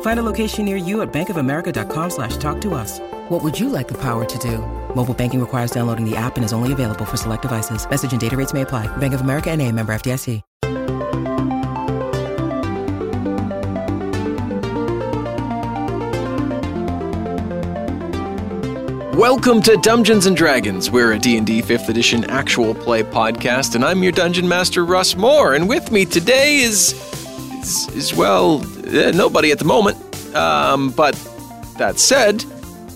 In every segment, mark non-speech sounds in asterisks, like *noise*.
Find a location near you at bankofamerica.com slash talk to us. What would you like the power to do? Mobile banking requires downloading the app and is only available for select devices. Message and data rates may apply. Bank of America and a member FDIC. Welcome to Dungeons and Dragons. We're a D&D 5th edition actual play podcast and I'm your dungeon master Russ Moore and with me today is is, is well, eh, nobody at the moment. Um, but that said,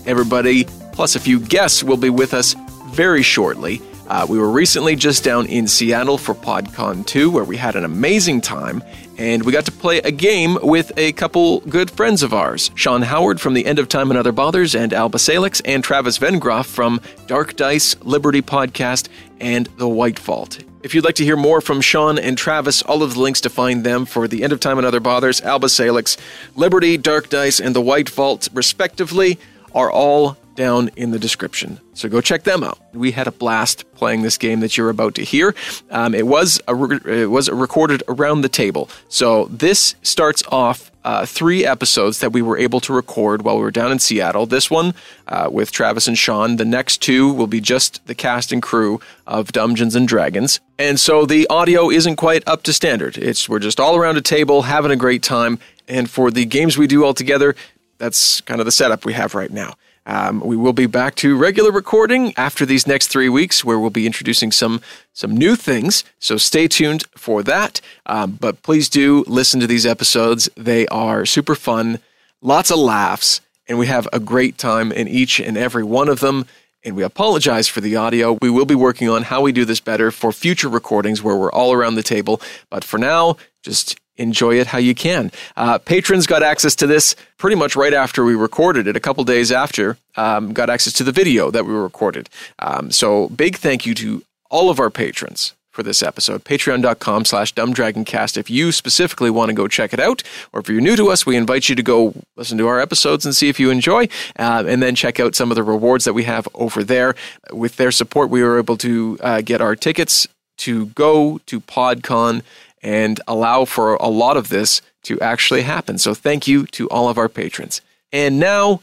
everybody plus a few guests will be with us very shortly. Uh, we were recently just down in Seattle for PodCon 2, where we had an amazing time, and we got to play a game with a couple good friends of ours Sean Howard from The End of Time and Other Bothers, and Alba Salix, and Travis Vengroff from Dark Dice, Liberty Podcast, and The White Vault. If you'd like to hear more from Sean and Travis, all of the links to find them for The End of Time and Other Bothers, Alba Salix, Liberty, Dark Dice, and The White Vault, respectively, are all down in the description. So go check them out. We had a blast playing this game that you're about to hear. Um, it was a re- it was recorded around the table. So this starts off uh, three episodes that we were able to record while we were down in Seattle. This one uh, with Travis and Sean. The next two will be just the cast and crew of Dungeons and Dragons. And so the audio isn't quite up to standard. It's we're just all around a table having a great time. And for the games we do all together, that's kind of the setup we have right now. Um, we will be back to regular recording after these next three weeks, where we'll be introducing some some new things. So stay tuned for that. Um, but please do listen to these episodes; they are super fun, lots of laughs, and we have a great time in each and every one of them. And we apologize for the audio. We will be working on how we do this better for future recordings where we're all around the table. But for now, just enjoy it how you can. Uh, patrons got access to this pretty much right after we recorded it, a couple days after, um, got access to the video that we recorded. Um, so big thank you to all of our patrons for this episode. Patreon.com slash dumbdragoncast. If you specifically want to go check it out, or if you're new to us, we invite you to go listen to our episodes and see if you enjoy, uh, and then check out some of the rewards that we have over there. With their support, we were able to uh, get our tickets to go to PodCon and allow for a lot of this to actually happen. So thank you to all of our patrons. And now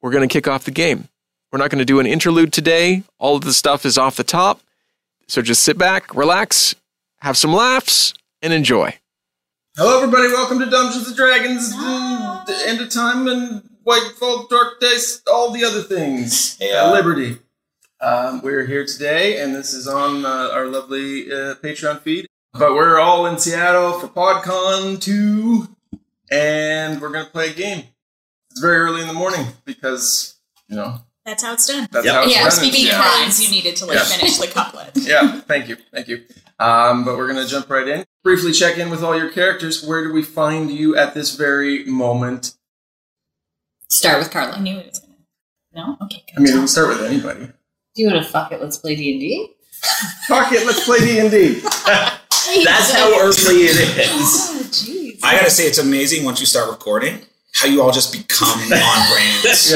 we're going to kick off the game. We're not going to do an interlude today. All of the stuff is off the top. So just sit back, relax, have some laughs, and enjoy. Hello, everybody. Welcome to Dungeons and Dragons, and the End of Time, and White Folk, Dark Dice, all the other things. Uh, Liberty. Um, we're here today, and this is on uh, our lovely uh, Patreon feed. But we're all in Seattle for PodCon 2, and we're going to play a game. It's very early in the morning because, you know, That's how it's done. that's how it's Yeah, done in speaking Seattle. of rhymes, you needed to like Yeah. finish the couplet. yeah, thank you, thank you. Um, but we're gonna jump right in. Briefly check in with all your characters. Where do we find you at this very moment? Start with I Carla. knew it was gonna. No, okay, I good. mean, we can start with anybody. Do you want to fuck it? Let's play D and D. Fuck it, let's play D and D. That's how early it is. Oh, jeez. I gotta say, it's amazing once you start recording how you all just become on brands.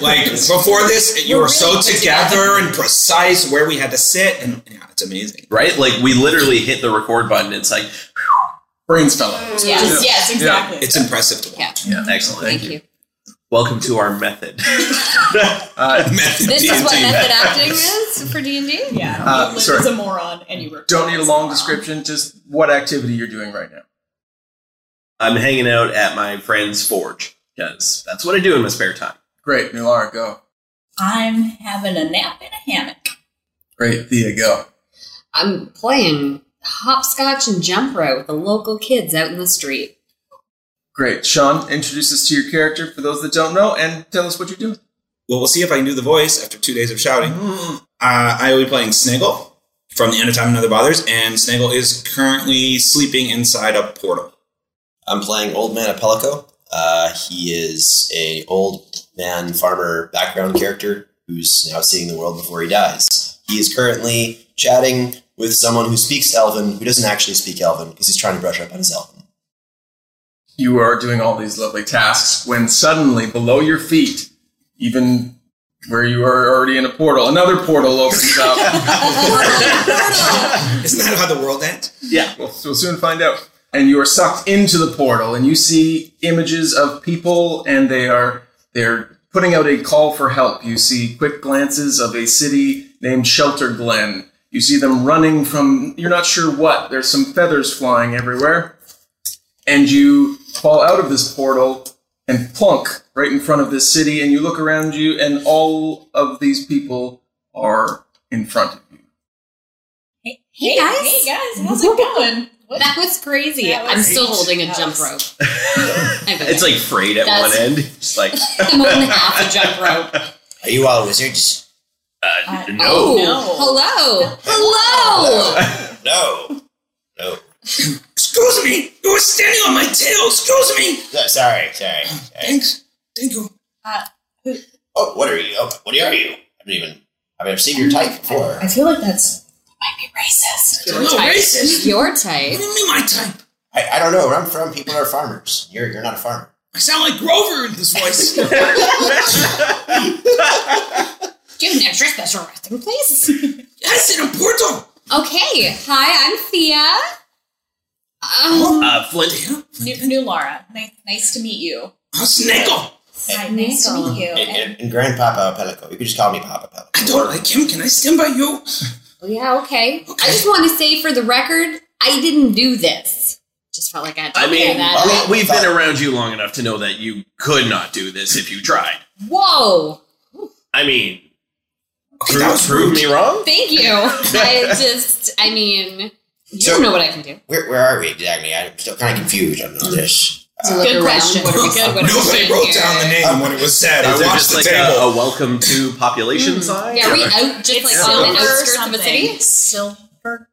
Like before this, you were, so together and precise where we had to sit, and yeah, it's amazing. Right? Like we literally hit the record button. It's like Brains fellow. Yes, yes, exactly. It's impressive to watch. excellent. Thank you. Welcome to our method. *laughs* *laughs* Uh, Method *laughs* This is D&D. what method acting is for D and D. Yeah, Uh, you live sorry. as a moron and you were. don't need a long description. Just what activity you're doing right now. I'm hanging out at my friend's forge because that's what I do in my spare time. Great, Nulara, go. I'm having a nap in a hammock. Right, Thea, go. I'm playing hopscotch and jump rope with the local kids out in the street. Great. Sean, introduce us to your character for those that don't know and tell us what you're doing. Well, we'll see if I knew the voice after two days of shouting. Mm-hmm. Uh, I will be playing Snaggle from the end of Time Another Bothers, and Snaggle is currently sleeping inside a *laughs* portal. I'm playing Old Man Apelico. Uh, he is a old man farmer background character who's now seeing the world before he dies. He is currently chatting with someone who speaks Elven, who doesn't actually speak Elven because he's trying to brush up on his Elven. You are doing all these lovely tasks when suddenly, below your feet, even where you are already in a portal, another portal opens *laughs* up. *laughs* Isn't that how the world ends? yeah, we'll, we'll soon find out. And you are sucked into the portal, and you see images of people, and they are they're putting out a call for help. You see quick glances of a city named Shelter Glen. You see them running from you're not sure what. There's some feathers flying everywhere, and you fall out of this portal and plunk right in front of this city. And you look around you, and all of these people are in front of you. Hey, Hey, guys. Hey guys, *laughs* how's it going? What? That was crazy. That was I'm still great. holding a That jump was- rope. It's like frayed at That's- one end. *laughs* Just like I'm holding half a jump rope. Are you all wizards? Uh, Oh, hello, No. hello. No. No. *laughs* Excuse me! You were standing on my tail! Excuse me! No, sorry, sorry. sorry. Thanks. Thank you. Uh, Oh, what are you? Oh, what are you? I don't even. I mean, I've seen your type before. I feel like that's might be racist. Your I'm not type. racist. Your What type. do you mean my type? I, I don't know where I'm from. People are farmers. You're you're not a farmer. I sound like Grover in *laughs* this voice. Do you have an extra special resting place? yes, in a portal! Okay. Hi, I'm Thea. Um, uh, Flint. Damn. New, new Laura. Nice, nice to meet you. I'm Snaggle! Hi, nice to meet you. And, and, and Grandpapa Pelico. You could just call me Papa Pelico. I don't like him. Can I stand by you? Oh, yeah, okay. I just want to say for the record, I didn't do this. Just felt like I had to I clear mean, that we- up. we've been around you long enough to know that you could not do this if you tried. Whoa. I mean, Okay, prove, that was prove rude. me wrong. Thank *laughs* you. I just, I mean, you So- don't know what I can do. *laughs* Where, where are we exactly? I'm still kind of confused on this. So Uh, look around. question. What are we, *laughs* Good what are we Nobody seeing wrote here? down the name when it was said. Is I there watched just the like a, table. Hmm. a welcome to population sign? Yeah, we or- out just It's like on the Silver outskirts of a something. city. Silver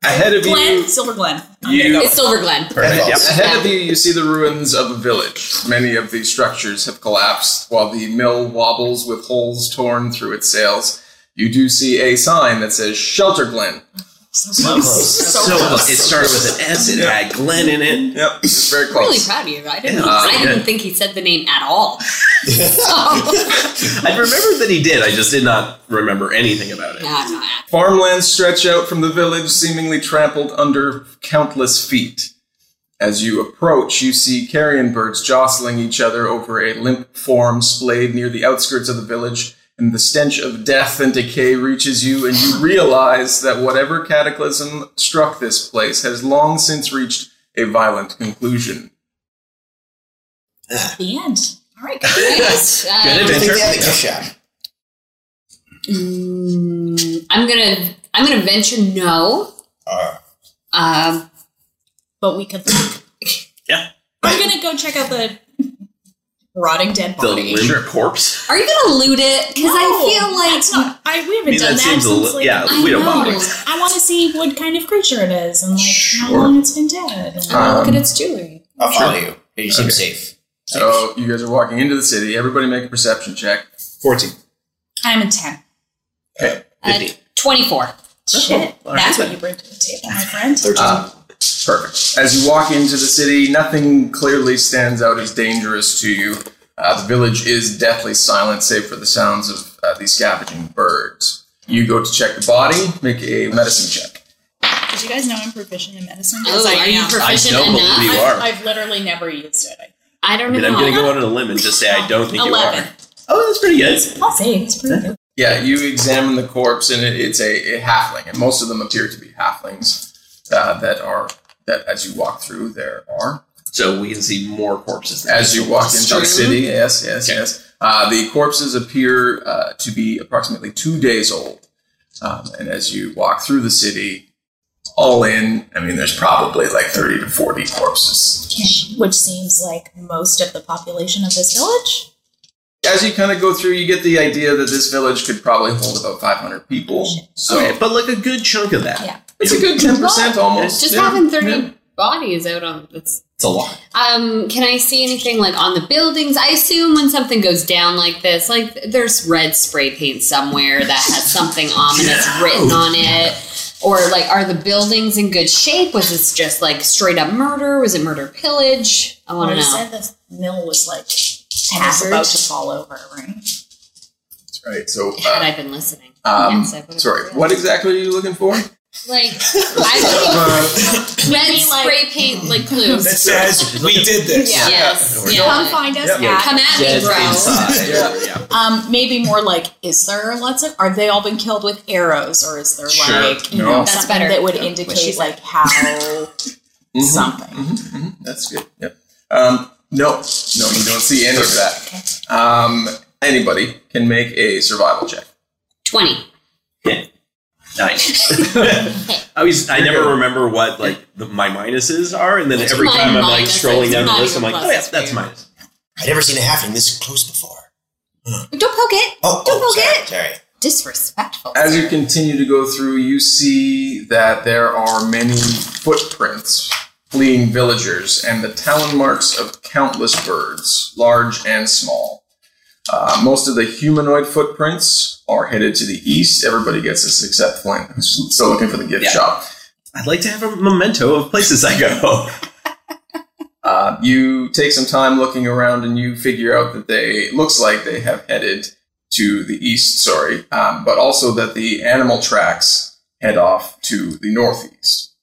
Ahead of Glen. you, Silver Glen. you It's Silver Glen. Perfect. Yep. Ahead of you, you see the ruins of a village. Many of these structures have collapsed, while the mill wobbles with holes torn through its sails. You do see a sign that says Shelter Glen. So, it started with an S. It had Glenn in it. Yep, it's very I'm really close. proud of you. I didn't, Yeah, I didn't good. think he said the name at *laughs* all. I remembered that he did. I just did not remember anything about it. Nah, nah. Farmlands stretch out from the village, seemingly trampled under countless feet. As you approach, you see carrion birds jostling each other over a limp form splayed near the outskirts of the village, and the stench of death and decay reaches you, and you realize that whatever cataclysm struck this place has long since reached a violent conclusion. The end. All *laughs* right, I guys. just, uh, Good I think they had a good adventure. shot. mm, I'm gonna, I'm gonna venture no. Uh, Um, but we could. Look. Yeah. I'm gonna go check out the rotting dead The body. limp corpse. are you gonna loot it? Because I No, feel like that's not. I we haven't I mean, done that that seems a since, li- like, yeah, I we don't know. bother. I want to see what kind of creature it is and like how Sure. long it's been dead. I'm And- gonna look Um, at its jewelry. I'll follow you. You seem Okay. safe. So you guys are walking into the city. Everybody make a perception check. 14. I'm a ten. Uh, Twenty-four. Shit, that's what you bring to the table, Oh, my friend. um, Uh, perfect. As you walk into the city, nothing clearly stands out as dangerous to you. Uh, the village is deathly silent, save for the sounds of uh, these scavenging birds. You go to check the body, make a medicine check. Did you guys know I'm proficient in medicine? Oh, I are you am. Uh, I proficient don't enough? believe you are. I I've literally never used it. I don't mean, know. I'm going to go out on a limb and just say I don't think you Eleven. are. Oh, that's pretty good. I'll say it's pretty good. Yeah, you examine the corpse, and it, it's a, a halfling, and most of them appear to be halflings uh, that are that as you walk through there are. So we can see more corpses. than As you walk into the Strewn? city, yes, yes, Okay. yes. Uh, the corpses appear uh, to be approximately two days old. Um, and as you walk through the city, all in, I mean, there's probably like 30 to 40 corpses. Which seems like most of the population of this village. As you kind of go through, you get the idea that this village could probably hold about 500 people. So, Okay, but like a good chunk of that. Yeah. It's a good 10% almost. Just yeah. having 30 Yeah. bodies out on that's It's a lot. um can I see anything like on the buildings? I assume when something goes down like this, like there's red spray paint somewhere that has something ominous Oh. written on it. Or like are the buildings in good shape? Was this just like straight up murder? Was it murder pillage? I Well, wanna you know. said the mill was like half about to fall over, right? That's right. So, Had uh, I been listening. um, Yes, I would've- sorry, what exactly are you looking for? *laughs* Like I Uh, would red mean, like- spray paint like clues. That says we did this. Yeah. Yes. Yeah. Yeah. Come find us Yeah. at. Come at me, Dead bro. inside. Yeah. *laughs* Um, maybe more like, is there lots of? Are they all been killed with arrows, or is there Sure. like you No. know That's something better. that would Yeah. What she indicate said. like how mhm. something? hmm That's good. Yep. Um, no, no, you don't see any of that. Um, anybody can make a survival check. Twenty. Nice. I was. I never remember what like the, my minuses are, and then It's every my time I'm like minus, scrolling it's down the not list, I'm even like, plus, oh yeah, it's that's weird. minus. I've never seen a halfling this close before. Don't poke it. Oh, Don't oh poke sorry, it. sorry. Disrespectful. As you continue to go through, you see that there are many footprints fleeing villagers and the talon marks of countless birds, large and small. Uh, most of the humanoid footprints are headed to the east. Everybody gets this except Flynn, who's still looking for the gift Yeah. shop. I'd like to have a memento of places I go. Uh, you take some time looking around and you figure out that they looks like they have headed to the east, sorry, um, but also that the animal tracks head off to the northeast.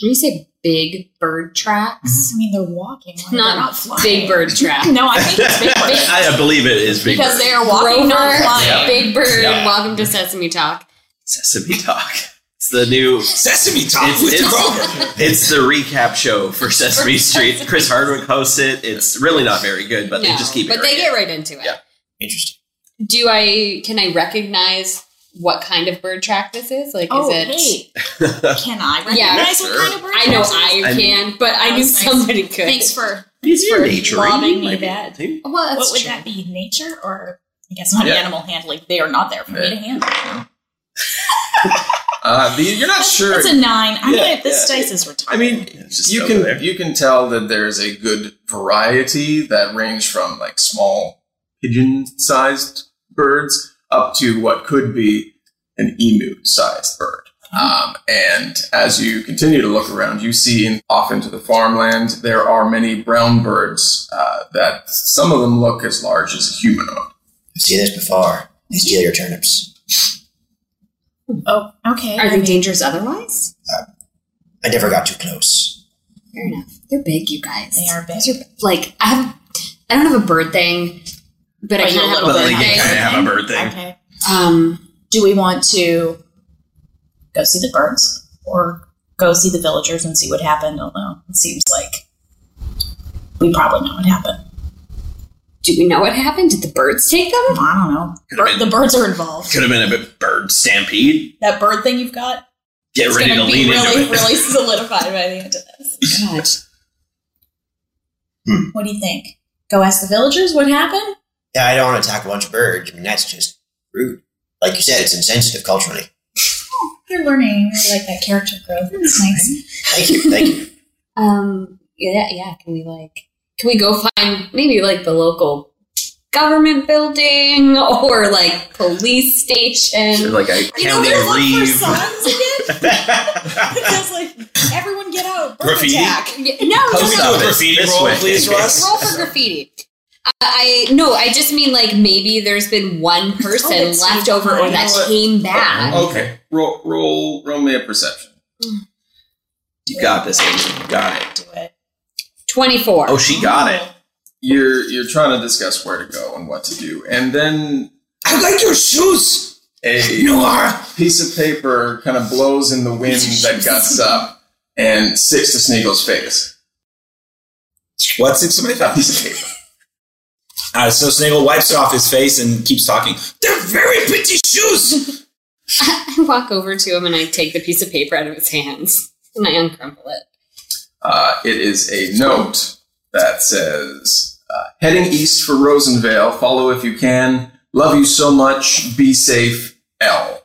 When you say big *laughs* bird tracks, I mean, they're walking. Not Like, they're not flying. big *laughs* bird tracks. No, I think *laughs* it's *laughs* big bird I believe it is big because Bird. they are walking, not Grover, flying. Yeah. Big Bird, Yeah. welcome to Sesame Talk. Sesame Talk. It's the new. Sesame Talk It's, with it's, it's the recap show for Sesame Street. Chris Hardwick hosts it. It's really not very good, but they No, just keep it. But they get right into it. Yeah. Interesting. Do I can I recognize what kind of bird track this is? Like Oh, is it hey, *laughs* can I recognize Yeah. what kind of bird? I know that is? I I mean- can, but I That knew was nice. somebody could. Thanks for It's your for nature. lobbing me that. Well, that's what would true. that be? Nature or I guess not Yeah. animal handling. They are not there for me to handle. Uh, the, you're not sure. That's a nine. I Yeah, mean, if this yeah. dice is retarded. I mean, just you over can there. you can tell that there's a good variety that range from like small pigeon-sized birds up to what could be an emu-sized bird. Um, and as you continue to look around, you see in, off into the farmland there are many brown birds uh, that some of them look as large as a humanoid. I've seen this before. They steal your turnips. oh, okay. Are I they mean, dangerous otherwise? I never got too close. Fair enough. They're big, you guys. They are big. These like I have I don't have a bird thing, but, I But kind you're of a have a little bird bit Like, you thing. kind of have a bird thing. Okay. Um Do we want to go see the birds or go see the villagers and see what happened? I don't know. It seems like we probably know what happened. do we know what happened? Did the birds take them? I don't know. Bir- the birds are involved. Could have been a bit bird stampede. That bird thing you've got Get is ready going be to lean really, into it. *laughs* really solidified by the end of this. God. Hmm. What do you think? Go ask the villagers what happened? Yeah, I don't want to attack a bunch of birds. I mean, that's just rude. Like you said, it's insensitive culturally. You're Oh, learning. I like that character growth. It's Hmm. nice. Thank you, thank you. *laughs* Um. Yeah. Yeah. Can we like? Can we go find maybe like the local government building or like police They're station? like I You know, can there's like for leave. signs again. *laughs* Because like everyone get out. Bird Graffiti? attack. Yeah, No. Can No. we no. do a graffiti This roll, way. please, Russ? Roll for graffiti. I, I no. I just mean like maybe there's been one person Oh, that's left over fine. or that came back. Okay, roll roll roll me a perception. You got this. Amy. You got it. Do it. Twenty four. Oh, she got it. You're you're trying to discuss where to go and what to do, and then I like your shoes, a Noir. piece of paper kind of blows in the wind that guts up and sticks to Sneagle's face. What's it? Somebody A found piece of paper. Uh, so Snaggle wipes it off his face and keeps talking. They're very pretty shoes. *laughs* I walk over to him and I take the piece of paper out of his hands and I uncrumple it. Uh, it is a note that says, uh, "Heading east for Rosenvale. Follow if you can. Love you so much. Be safe. L."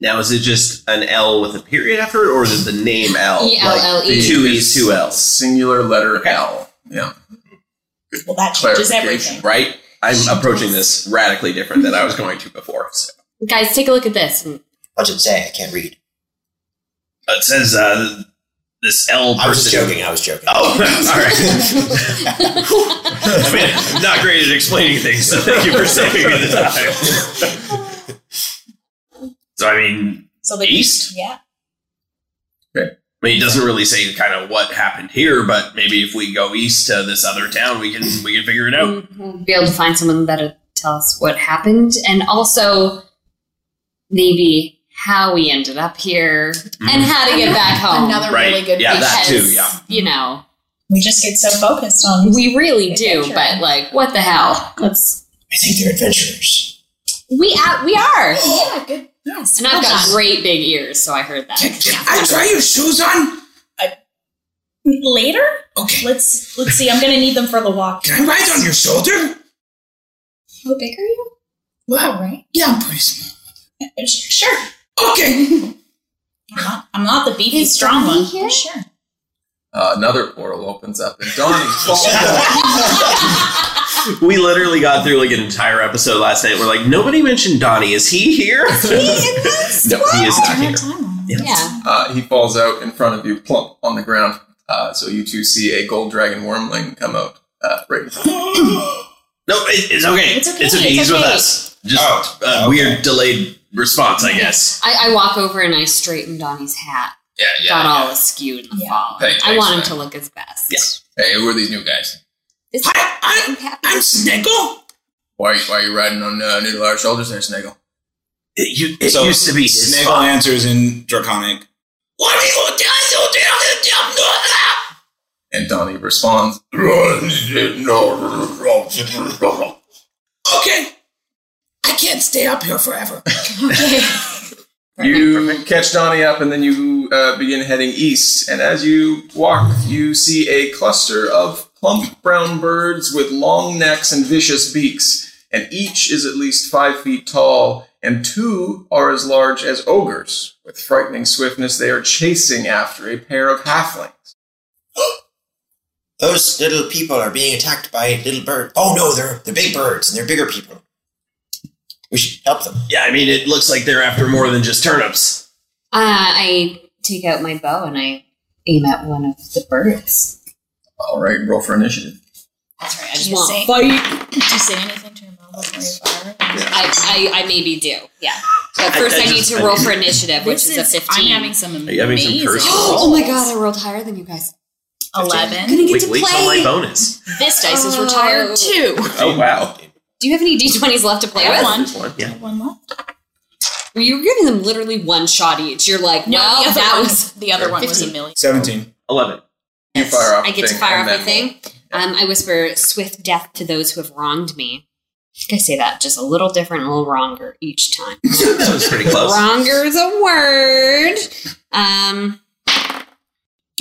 Now, is it just an L with a period after it, or is it the name L? E L L Like, E. two E's, two L's. Singular letter L. Yeah. Well, that changes Clarification, everything. right? I'm approaching this radically different than I was going to before. So. Guys, take a look at this. And What's it say? I can't read. It says uh, this L I was just joking. I was joking. *laughs* Oh, *laughs* all right. I mean, not great at explaining things, so thank you for saving me the time. *laughs* so, I mean, So the East? yeah, I mean, it doesn't really say kind of what happened here, but maybe if we go east to this other town, we can we can figure it out. We'll Mm-hmm. be able to find someone that'll tell us what happened and also maybe how we ended up here and how to get back home. Another Mm-hmm. Right. really good Yeah, that Because, too, yeah. You know, we just get so focused on we really do, Adventure. but like, what the hell? let's I think they're adventurers. We out, we *gasps* are. Yeah, good. Yes. And I've got great big ears, so I heard that. Can, can I try your shoes on? later. Okay. Let's let's see. I'm gonna need them for the walk. Can I ride on your shoulder? How big are you? Well, right. yeah, I'm pretty small. Sure. Okay. I'm not, I'm not the beefy strong one. Sure. Uh, another portal opens up, *laughs* and Donnie falls. down. *laughs* We literally got through like an entire episode last night. We're like, nobody mentioned Donnie. Is he here? *laughs* no, he is not Turn here. that time on. Yeah. Uh, he falls out in front of you, plump on the ground. Uh, so you two see a gold dragon wormling come out uh, *gasps* right in front of you. No, it, it's okay. It's okay, it's He's with okay. us. Just Oh, *laughs* a weird delayed response, I guess. I, I walk over and I straighten Donnie's hat. Yeah, yeah. got all askew in the Yeah. fall. Hey, I want him thanks, to look his best. Hey, who are these new guys? Is- Hi, I'm I'm, happy. I'm Sniggle. Why, why are you riding on uh, Needle Our Shoulders there, Snaggle? It, you- it used to be his Sniggle fault. answers in Draconic. What are you doing? And Donnie responds, Okay. I can't stay up here forever. *laughs* You catch Donnie up, and then you uh, begin heading east. And as you walk, you see a cluster of plump brown birds with long necks and vicious beaks, and each is at least five feet tall, and two are as large as ogres. With frightening swiftness, they are chasing after a pair of halflings. Those little people are being attacked by little birds. Oh no, they're they're big birds and they're bigger people. We should help them. Yeah, I mean, it looks like they're after more than just turnips. Uh, I take out my bow and I aim at one of the birds. All right, roll for initiative. That's right. I Just just want say, fight. did you say anything to your mom before you fire? I, I, I maybe do. Yeah. But I- first, I I, need just- to roll for initiative, which This is a I'm fifteen. having some Are you having some amazing curse *gasps* rolls. oh my god! I rolled higher than you guys. Eleven. Gonna get Wait, to leaks on play. my bonus. This dice is Oh. retired too. Oh wow! Do you have any d20s left to play I have with? one. Yeah. One left. Well, you were giving them literally one shot each. You're like, No, wow, the other that one, was. the other one was a 15. million. Seventeen. Eleven. You fire off I a get to thing fire and off a then- thing. Um, I whisper, swift death to those who have wronged me. I think I say that just a little different, a little wronger each time. *laughs* That was pretty close. wronger is a word. Um,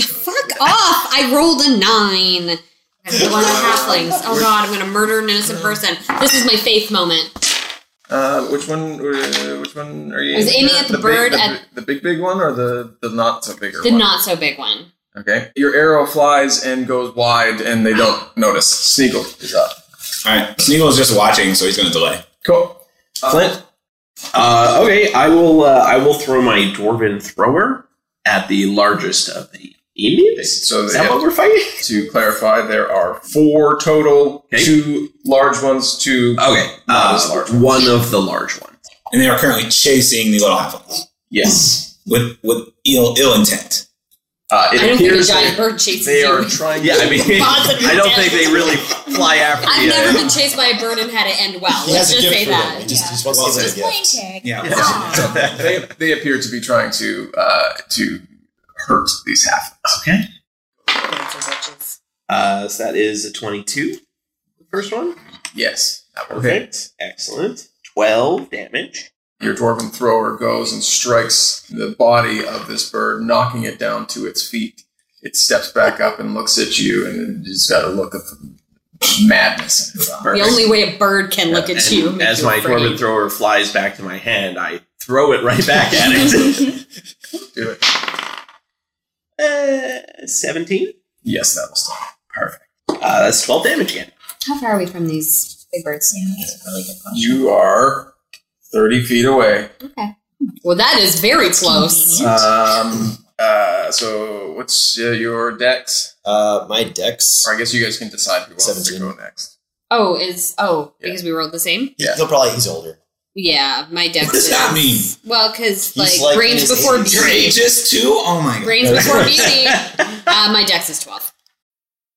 fuck off. I rolled a nine. I one of the halflings. Oh god, I'm gonna murder an innocent person. This is my faith moment. Uh, which one? Uh, which one are you? I was aiming at the bird Big, the, at- bi- the big, big one, or the the not so bigger The one? not so big one. Okay. Your arrow flies and goes wide, and they don't notice. Sneagle is up. All right. Sneagle's just watching, so he's going to delay. Cool. Flint. Uh, okay, I will. Uh, I will throw my dwarven thrower at the largest of the emus. So Is they that have- what we're fighting? to clarify, there are four total: Okay. two large ones, two. Okay, Not uh, as large. one of the large ones. And they are currently chasing the little halflings Yes. with with ill ill intent. Uh, it I don't think a appears giant bird that chases they are you. *laughs* trying. Yeah, I to- mean, Positive *laughs* I don't think they really fly after I've you. never *laughs* been chased by a bird and had it end well. Let's just say that. He just, just wants Well, to it's give them a gift. *laughs* Yeah. tag. they, they appear to be trying to uh, to hurt these half. Okay. Uh, so that is a twenty-two. The first one. Yes, that will hit. Excellent. Twelve damage. Your dwarven thrower goes and strikes the body of this bird, knocking it down to its feet. It steps back up and looks at you, and it's got a look of madness in its eyes. The only way a bird can look at you. And make as you my afraid. dwarven thrower flies back to my hand, I throw it right back at it. *laughs* Do it. Uh, 17? Yes, that was done. Perfect. Uh, that's 12 damage again. How far are we from these big birds? Yeah, that's a really good question. You are 30 feet away. Well, that is very close. Um, uh, so, what's uh, your dex? Uh, my dex. Or I guess you guys can decide who wants to 17. go next. Oh, is oh Yeah. because we rolled the same. he- He'll probably he's older. Yeah, my dex. What does is- that mean? Well, because like, He's like in range his before 80s. Your BC, age is two? Oh my god. range before *laughs* BC. Uh, my dex is twelve.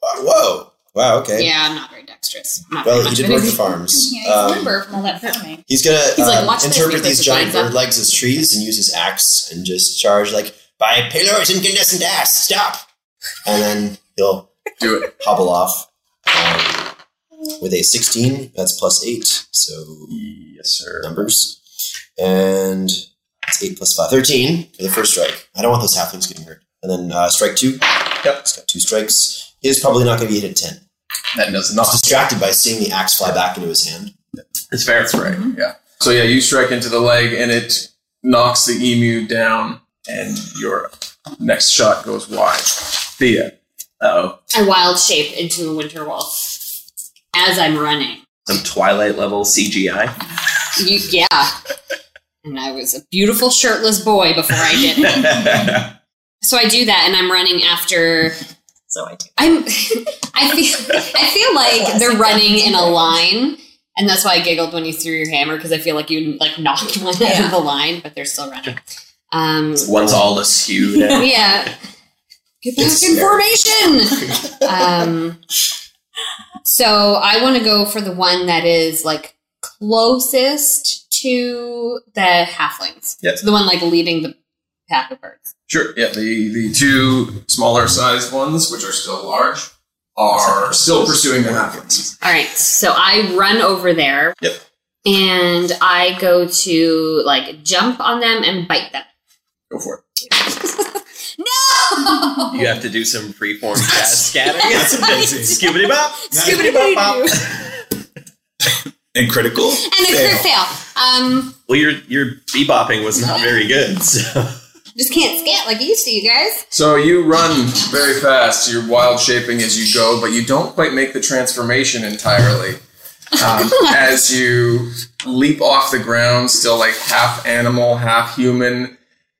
Uh, whoa! Wow. Okay. Yeah, I'm not very dexterous. Not very Well, he much did of work the anything. *laughs* farms. Yeah, he's a Um, member from all that farming. he's gonna He's like, um, "Watch this," interpret he puts these his giant lines up. bird legs as trees and use his axe and just charge like by pillars incandescent ass stop, and then he'll *laughs* Do it. hobble off um, with a sixteen. That's plus eight, so yes, sir. numbers, and it's eight plus five. Thirteen for the first strike. I don't want those halflings getting hurt. And then uh, strike two. Yep. He's got two strikes. He is probably not going to be hit at ten. That does I not. was distracted by seeing the axe fly back into his hand. It's fair. That's right. Yeah. So yeah, you strike into the leg and it knocks the emu down, and your next shot goes wide. Thea. Uh, Uh-oh. I wild shape into a winter wolf as I'm running. Some Twilight level CGI. You, yeah. And I was a beautiful shirtless boy before I did it. *laughs* So I do that, and I'm running after. So I do. I'm. *laughs* I feel. I feel like they're running in a line, and that's why I giggled when you threw your hammer because I feel like you like knocked one out of the line, but they're still running. Um. One's all askew now. *laughs* Yeah. Get back in formation. um. So I want to go for the one that is like closest to the halflings. Yes. So the one like leading the pack of birds. Sure. Yeah. The the two smaller sized ones, which are still large, are still pursuing the halflings. All right, so I run over there. Yep. And I go to like jump on them and bite them. Go for it. Oh, No! *laughs* You have to do some *laughs* freeform jazz scatter. That's amazing. Skibbity bop. Scoobity bop bop. And critical? And a crit fail. Um, Well, your your bebopping was not very good. So. just can't scat like I used to, you guys. So you run very fast. You're wild shaping as you go, but you don't quite make the transformation entirely. Um, as you leap off the ground, still like half animal, half human,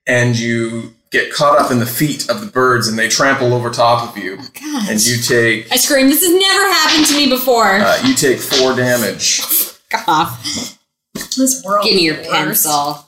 and you get caught up in the feet of the birds and they trample over top of you. Oh And you take I scream, this has never happened to me before. uh, you take four damage. Fuck off. This world. Give me your is the worst. pencil.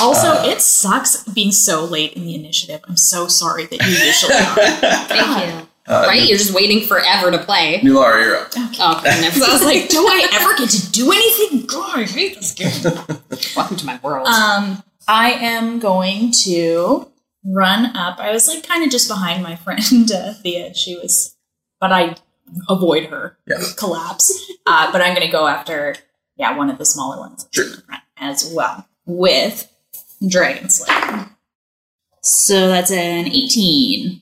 Also, Uh. it sucks being so late in the initiative. I'm so sorry that you *laughs* usually are. Thank Uh, you. right? You're just waiting forever to play. Nulara, you're up. Oh, never. I was like, do I ever get to do anything? God, I hate this game. welcome to my world. Um, I am going to run up. I was like kind of just behind my *laughs* friend uh, Thea. She was, but I avoid her Yeah. collapse. Uh, but I'm going to go after yeah one of the smaller ones Sure. as well with Dragon Slayer. So that's an 18.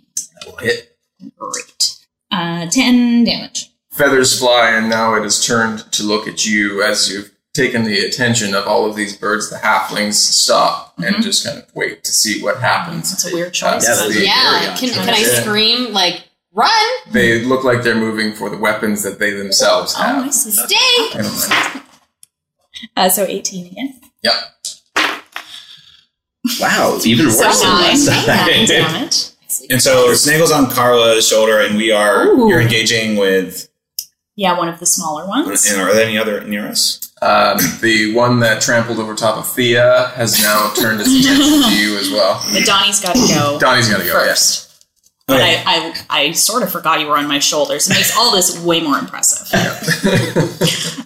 Hit. Great. Uh, 10 damage. Feathers fly, and now it is turned to look at you as you've taken the attention of all of these birds. The halflings stop and just kind of wait to see what happens. Mm-hmm. That's a weird choice. Yeah, but- that's- yeah, can, can I Yeah. scream, like, run, They look like they're moving for the weapons that they themselves Oh, have. I see. stay? I don't mind. Uh, so 18 again. Yep. Wow, it's even worse So than nine last nine time. damage. And so Snaggle's on Carla's shoulder, and we are Ooh. you're engaging with. Yeah, one of the smaller ones. And are there any other near us? Um, the one that trampled over top of Thea has now turned *laughs* its attention to you as well. But Donnie's got to go. Donnie's got to go. first. Oh, Yeah. Oh. But I, I, I sort of forgot you were on my shoulders. It makes all this way more impressive.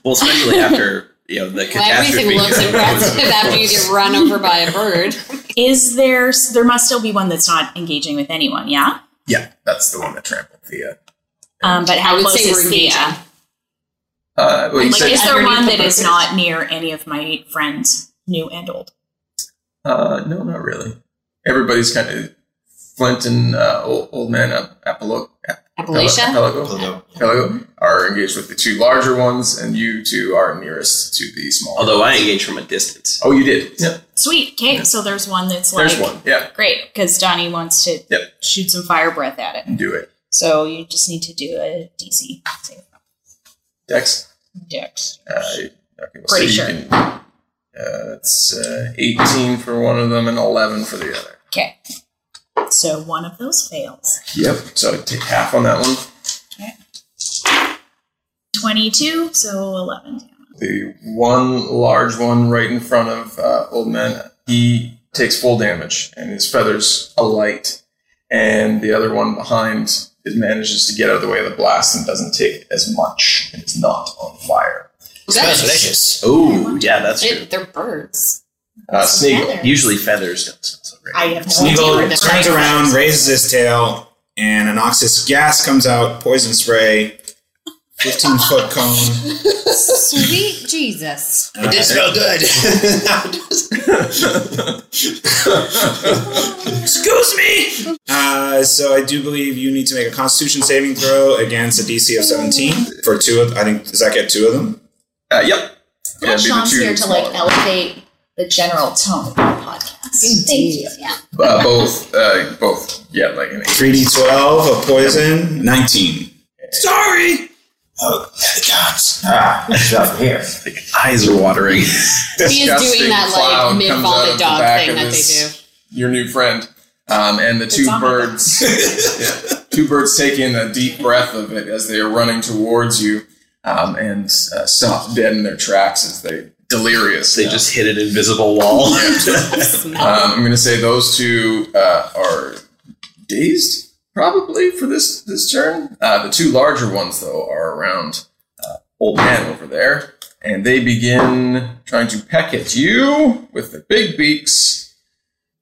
Well, especially after you know the Well, catastrophe. everything looks *laughs* impressive *laughs* after you get run over by a bird. Is there? There must still be one that's not engaging with anyone. Yeah. Yeah, that's the one that trampled Thea. Um, but how I would close say is we're Thea? engaging. Uh, well, you Like, said- is there one that is not near any of my friends, new and old? Uh, no, not really. Everybody's kind of Flint and uh, old, old man Ap- Apalo- Ap- Appalachia? Apalago, Apalago, are engaged with the two larger ones, and you two are nearest to the small. Although I engage from a distance. Oh, you did. Yep. Sweet. Okay. So there's one that's like There's one. Yeah. great because Donnie wants to Yep. shoot some fire breath at it. Do it. So you just need to do a DC save. Dex. Dex. Uh, okay, we'll Pretty see. sure. You can- uh, it's uh, 18 for one of them and 11 for the other. Okay. So one of those fails. Yep. So take half on that one. Twenty-two. So eleven. The one large one right in front of uh, Old Man, he takes full damage and his feathers alight. And the other one behind it manages to get out of the way of the blast and doesn't take as much and is not on fire. Good. Oh, yeah, that's true. It- they're birds. Uh, Sneagle. Usually feathers don't smell so I have no idea where Sneagol they're turns from. around, raises his tail, and an oxys gas comes out, poison spray, 15 foot cone. Sweet Jesus. It did smell *laughs* good. Excuse me! Uh, so I do believe you need to make a constitution saving throw against a DC of 17 for two of I think, does that get two of them? Uh, yep. Yeah, Sean's here to like elevate the general tone of the podcast. Thank you. Yeah. Uh, both. Uh, both. Yeah, like an 3d12 of poison, 19. Sorry! Oh, the gods. Ah, it's not from here. The eyes are watering. He is doing that like mid vomit dog thing that they do. your new friend. Um, and the two *laughs* birds, yeah, two birds take in a deep breath of it as they are running towards you, um, and uh, stop dead in their tracks as they delirious. They just hit an invisible *laughs* wall. um, I'm going to say those two uh, are dazed probably for this this turn. Uh, the two larger ones though are around uh, old man over there, and they begin trying to peck at you with their big beaks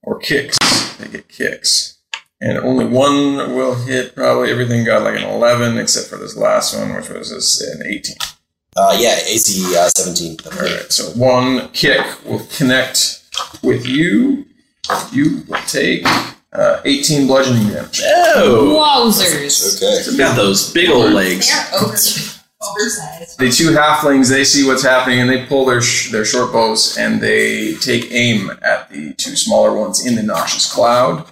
or kicks. They get kicks. And only one will hit. Probably everything got like an 11, except for this last one, which was just an 18. Uh, yeah, AC uh, 17. All right, so one kick will connect with you. You will take uh, 18 bludgeoning damage. Wowzers. Okay. Got those big old legs. Oversized. The two halflings, they see what's happening and they pull their, sh- their short bows and they take aim at the two smaller ones in the noxious cloud.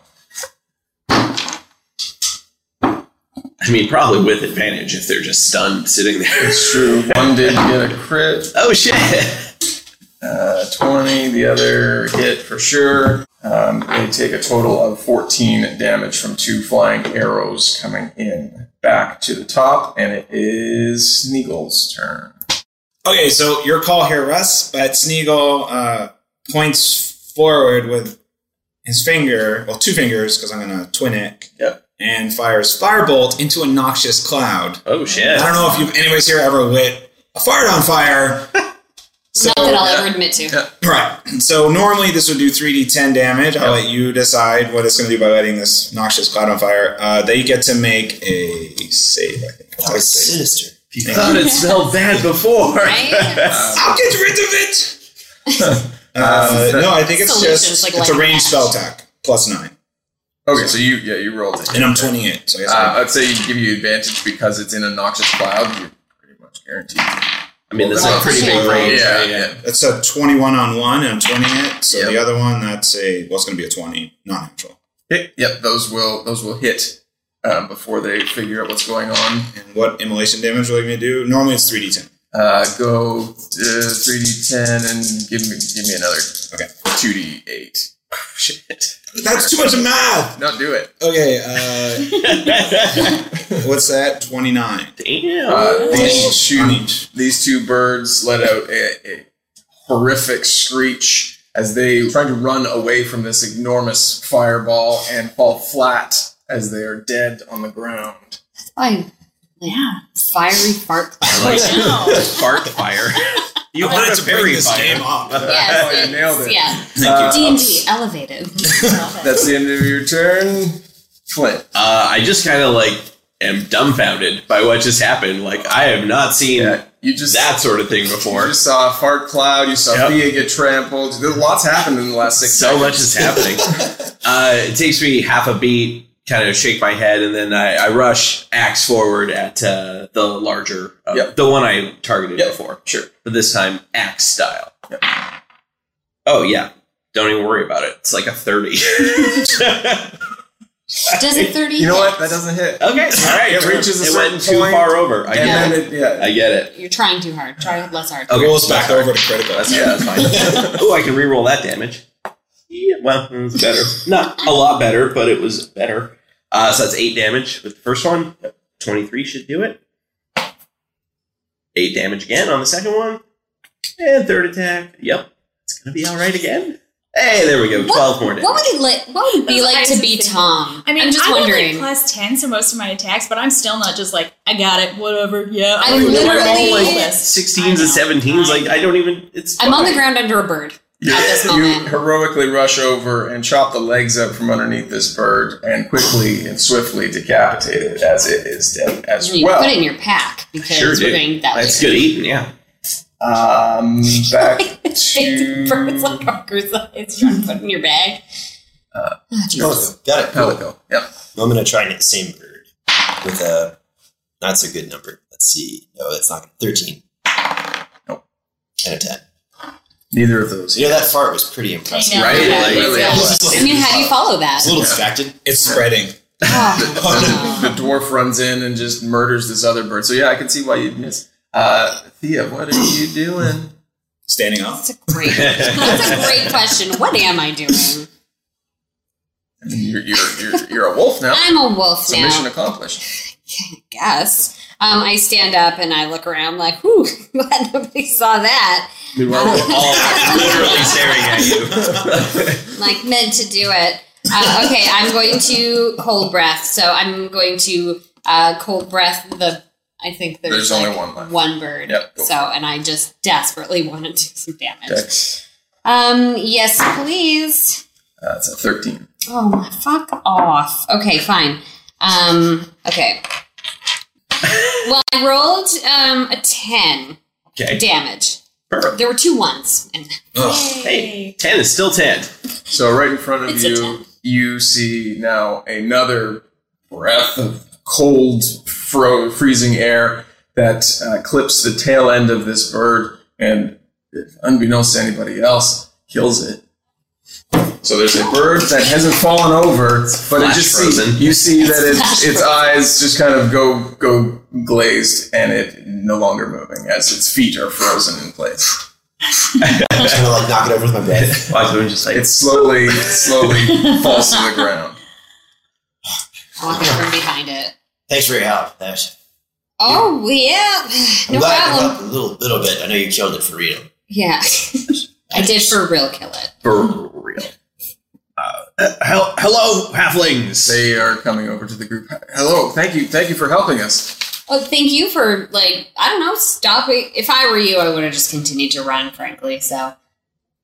I mean, probably with advantage if they're just stunned sitting there. It's true. One did get a crit, Oh shit! uh, 20, the other hit for sure. Um, they take a total of 14 damage from two flying arrows coming in back to the top, and it is Sneagol's turn. Okay, so your call here, Russ, but Sneagol uh, points forward with his finger, well, two fingers, because I'm going to twin it, Yep. and fires Firebolt into a noxious cloud. Oh shit! I don't know if you've, anybody's here ever lit a fart on fire. So, Not that I'll ever admit to. right. So normally this would do 3d10 damage. I'll let you decide what it's going to do by lighting this noxious cloud on fire. Uh, they get to make a save, I think. That was sinister. I thought it smelled bad before. *laughs* Right? I'll get rid of it. uh, no, I think it's Solutions, just like it's a light ranged match. spell attack plus nine, Okay, so you yeah you rolled it. and I'm 28. So I guess Uh, I'd say you give you advantage because it's in a noxious cloud. You're pretty much guaranteed. I mean, this is a Well, pretty that's- big range. Yeah, right? yeah. that's a 21 on one, and I'm 28. So the Yep. other one, that's a well, it's going to be a 20, not natural. Yep, Yep, those will those will hit um, before they figure out what's going on. And what immolation damage will you do? Normally it's 3d10. Uh, go three d ten and give me give me another Okay, Oh, two d eight. Shit, that's too much math. *laughs* no, do it. Okay, uh, What's that? 29. Damn. Uh, these, two, these two birds let out a, a horrific screech as they try to run away from this enormous fireball and fall flat as they are dead on the ground. Fine. yeah. Fiery fart. *laughs* Fart fire. *laughs* *laughs* You I wanted want to bring this game *laughs* up. Yes, oh, you nailed it. Yeah. Thank you. D&D elevated. Uh, That's the end of your turn. Flint. Uh, I just kind of like am dumbfounded by what just happened. Like I have not seen you just that sort of thing You before. just saw fart cloud. You saw Yep. Thea get trampled. There's lots happened in the last six. so much is happening. *laughs* uh, it takes me half a beat, kind of shake my head, and then I, I rush axe forward at uh, the larger, uh, the one I targeted before. Sure, but this time axe style. Oh yeah, don't even worry about it. It's like a thirty. Does *laughs* a 30 You know hit? what? That doesn't hit. Okay, all right. It reaches a It certain went too point, far over. I and get then it, yeah. I get it. You're trying too hard. Try less hard. Okay, rolls back that's all right. over to critical. That's, yeah, that's fine. *laughs* oh, I can re-roll that damage. Yeah, well, it was better. Not a lot better, but it was better. Uh, so that's eight damage with the first one. Twenty-three should do it. Eight damage again on the second one, *laughs* and third attack. Yep, it's gonna be all right again. Hey, there we go. Twelve more damage. What would it like? What would it be That's like to nice be to see. Tom? I mean, I'm just I wondering. Get, like, plus ten to most of my attacks, but I'm still not just like I got it, whatever. Yeah, I'm gonna do my literally- roll list. Sixteens and seventeens. Like I don't even. It's. I'm on the fine. ground under a bird at this You moment. heroically rush over and chop the legs up from underneath this bird and quickly and swiftly decapitate it as it is dead as You well. put it in your pack because Sure, we're do. going that That's later. good eating. Yeah. *laughs* Um, back Big birds to like Rocker's eyes trying to put it in your bag. Ah, Jesus. Uh, Got it. Cool. Pelico. Yep. I'm going to try and hit the same bird with a not so good number. Let's see. No, that's not 13. Nope. And a 10. Neither of those. So, you know, that fart was pretty impressive. I know, Right? yeah, Like, it's really not- was. I mean, how do you follow that? It's a little distracted. It's spreading. Oh, *laughs* the dwarf runs in and just murders this other bird. So yeah, I can see why you'd miss. Uh, Thea, what are you doing? Standing up. that's a great. *laughs* That's a great question. What am I doing? You're you're you're, you're a wolf now. I'm a wolf So now. mission accomplished. I guess. Um, I stand up and I look around like, whew, *laughs* glad nobody saw that. All *laughs* literally staring at you. Like, meant to do it. Uh, okay, I'm going to cold breath. So I'm going to uh, cold breath the. I think there's, There's only like, one left. One bird. Yep, go so, and I just desperately *laughs* want to do some damage. Dex. Um, yes, please. Uh, it's a thirteen. Oh my fuck off. Okay, fine. Um, *laughs* okay. well, I rolled um a ten Okay. damage. Perfect. There were two ones. And Hey, ten is still ten. So right in front of It's a you, ten. you see now another breath of cold, fro- freezing air that uh, clips the tail end of this bird, and unbeknownst to anybody else, kills it. So there's a bird that hasn't fallen over, but it flash just frozen. see, you see that flash it, its eyes just kind of go go glazed, and it no longer moving as its feet are frozen in place. I'm just going *laughs* to like knock it over with my *laughs* bread. Wise woman just like It slowly, slowly falls to the ground. walking from behind it. Thanks for your help. That was- Oh yeah. *sighs* I'm No glad I problem. helped a little, little bit. I know you killed it for real. Yeah. *laughs* I did for real kill it. for real. Uh, hel- hello, halflings. They are coming over to the group. Hello, thank you, thank you for helping us. Oh, thank you for like I don't know, stopping if I were you, I would have just continued to run, frankly, so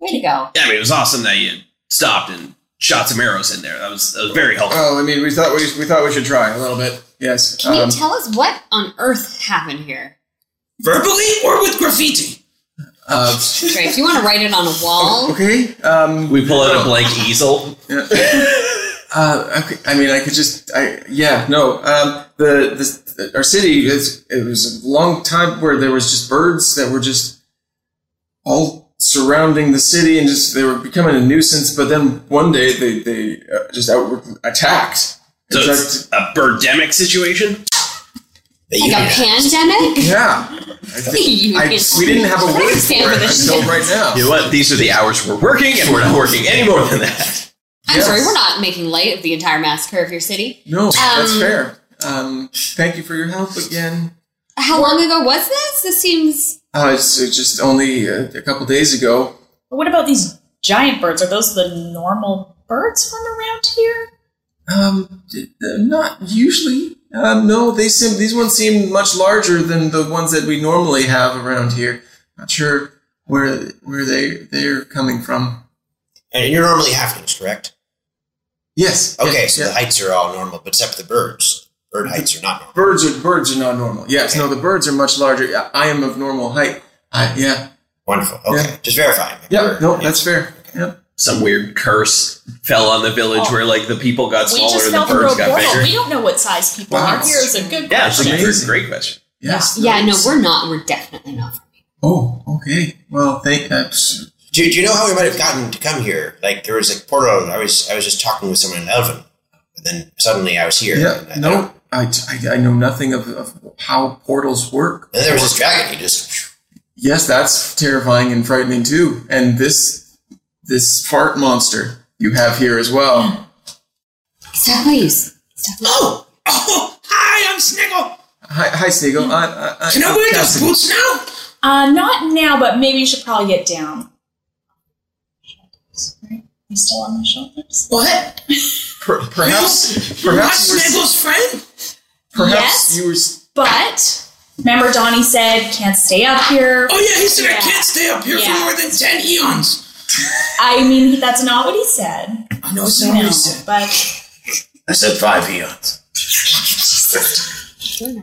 way to go. Yeah, I mean, it was awesome that you stopped and shot some arrows in there. That was, that was very helpful. Oh, I mean, we thought we, we thought we should try a little bit. Yes. Can um, you tell us what on earth happened here? Verbally or with graffiti? uh, Sure, if you want to write it on *laughs* a wall, okay. Um, We pull out a blank easel. uh, okay. I mean, I could just. I yeah. No. Um, the this, our city is. It was a long time where there was just birds that were just all surrounding the city and just they were becoming a nuisance. But then one day they they uh, just outward attacked. So In it's fact, a birdemic situation. They like a pandemic. yeah. I think- *laughs* You I, can- we didn't have *laughs* a I word stand for for it this until shit. right now. You know what? These are the hours we're working, and we're not working any more than that. I'm Yes. sorry, we're not making light of the entire massacre of your city. No, that's fair. Um, thank you for your help again. How long ago was this? This seems. Uh, it's, it's just only uh, a couple days ago. But what about these giant birds? Are those the normal birds from around here? Um, d- uh, not usually. Um, no, they seem these ones seem much larger than the ones that we normally have around here. Not sure where where they they're coming from. And you're normally halflings, correct? Yes. Okay, so the heights are all normal, but except for the birds. Bird heights are not normal. Birds are birds are not normal. Yes, no, the birds are much larger. Yeah, I am of normal height. I, yeah. Wonderful. Okay, just verifying. Yeah, no, that's fair. Yep. Some weird curse fell on the village Oh. where like the people got we smaller just and the fell through birds a got portal. bigger. We don't know what size people Wow. are here. Is a good Yeah, it's question. a great, great question. Yes. Yeah, no, we're not. We're definitely not. Oh, okay. Well, thank. Uh, s- Do, do you know how we might have gotten to come here? Like there was a portal. I was I was just talking with someone in Elven, and then suddenly I was here. uh, yeah. No, I, I, I know nothing of, of how portals work. And there was this dragon. He just Yes, that's terrifying and frightening too. And this this fart monster you have here as well. Please. Oh, oh, hi, I'm Sniggle. Hi, hi Sneagle. I, I, I, Can I wear those Cassidy. boots now? Uh, not now, but maybe you should probably get down. Right? You still on my shoulders? What? Per- perhaps, You're not perhaps, you were, Sniggle's friend? perhaps Yes. you were. s- But remember, Donnie said can't stay up here. Oh yeah, he said I can't stay up here Yeah. for more than ten eons. I mean, that's not what he said. I know it's not what he said. But I said five eons.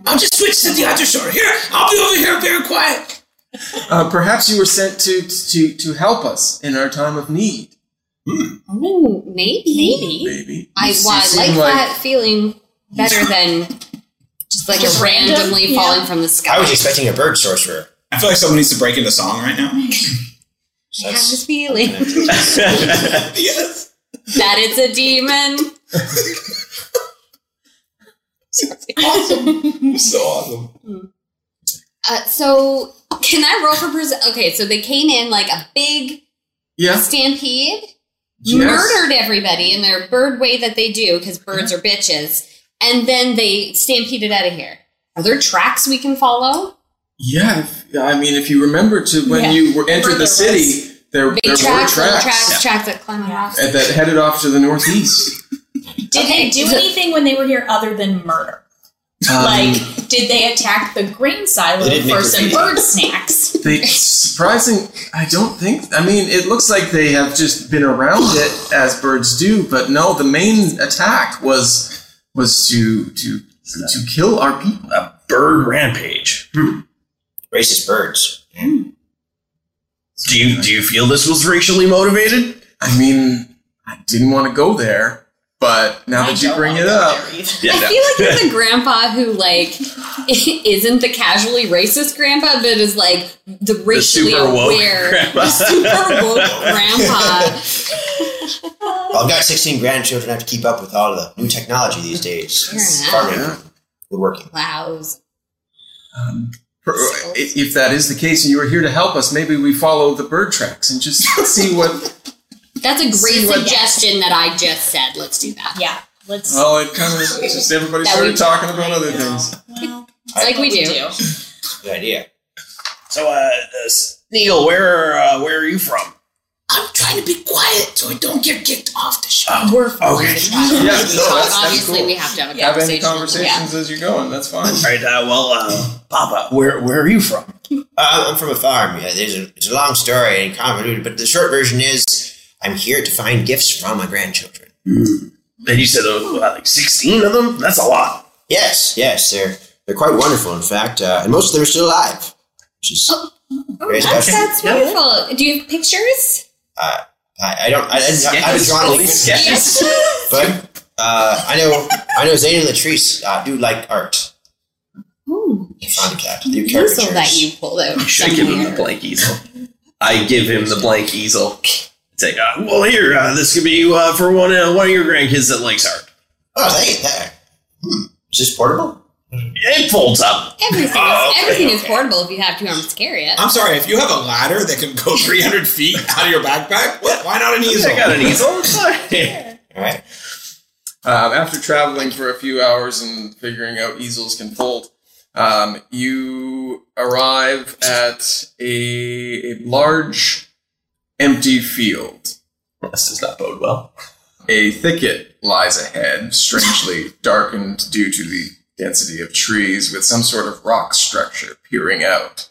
I'll just switch to the other shore. Here, I'll be over here very quiet. Uh, perhaps you were sent to to to help us in our time of need. Oh, maybe. Maybe. Maybe I, You well, I seem like, that feeling better than just like Just random, randomly yeah. falling from the sky. I was expecting a bird sorcerer. I feel like someone needs to break into song right now. I *laughs* have the feeling yes. that it's a demon. *laughs* So awesome. Uh, so, can I roll for perce- Okay, so they came in like a big Yeah. stampede, Yes. Uh-huh. murdered everybody in their bird way that they do because birds are bitches, and then they stampeded out of here. Are there tracks we can follow? Yeah, if, I mean, if you remember to when Yeah. you were, Remember entered the there city, there, Big there were tracks, little tracks, tracks, tracks that climb off. and that headed off to the northeast. did Okay, they do so- anything when they were here other than murder? Um, like, did they attack the grain silo They didn't for make some graffiti. bird snacks? They surprising. I don't think. I mean, it looks like they have just been around it as birds do, but no. The main attack was was to to to kill our people. A bird rampage. Hmm. Hmm. Racist birds. Do you do you feel this was racially motivated? I mean, I didn't want to go there, but now that you bring it up, Yeah, I no. feel like *laughs* there's a grandpa who like *laughs* isn't the casually racist grandpa, but is like the racially super woke *laughs* aware, grandpa. the super *laughs* woke grandpa. Well, I've got sixteen grandchildren. I have to keep up with all the new technology these days. Fair enough. Farming, Yeah. we're working. Wows. per- if if that is the case, and you were here to help us, maybe we follow the bird tracks and just *laughs* see what. That's a great See what- suggestion that I just said. Let's do that. Yeah, let's. Well, it kind of just everybody That started we- talking about other things. Well, I- like we do. Good idea. So, uh, uh, Neil, where uh, where are you from? I'm trying to be quiet so I don't get kicked off the show. We're following Oh, okay. the track. Yeah, no, that's, that's Obviously, cool. we have to have a have conversation. any conversations as you're going. That's fine. All right, uh, well, uh, Papa, where where are you from? Uh, I'm from a farm. Yeah, there's a, it's a long story and convoluted, but the short version is I'm here to find gifts for all my grandchildren. And you said uh, like sixteen of them. That's a lot. Yes, yes, they're they're quite wonderful. In fact, uh, and most of them are still alive, which is Oh, Very that's, special. that's wonderful. Do you have pictures? I, I don't I, I, I haven't drawn any, Sketches. but uh, I know I know Zane and Latrice uh, do like art. Ooh, They Fond of that. They do pencil caricatures. that you pulled out Should I give him the somewhere. blank easel? I give him the blank easel. It's like, uh, well, here, uh, this could be uh, for one uh, one of your grandkids that likes art. Oh, thank you. That. Hmm. Is this portable? It folds up. Everything, Oh, is, okay, everything is okay. portable if you have two arms to carry it. I'm sorry, if you have a ladder that can go 300 feet out of your backpack, what? why not an easel? I got an easel. It's fine. All right. Um, after traveling for a few hours and figuring out easels can fold, um, you arrive at a, a large empty field. This does not bode well. A thicket lies ahead, strangely darkened due to the density of trees, with some sort of rock structure peering out.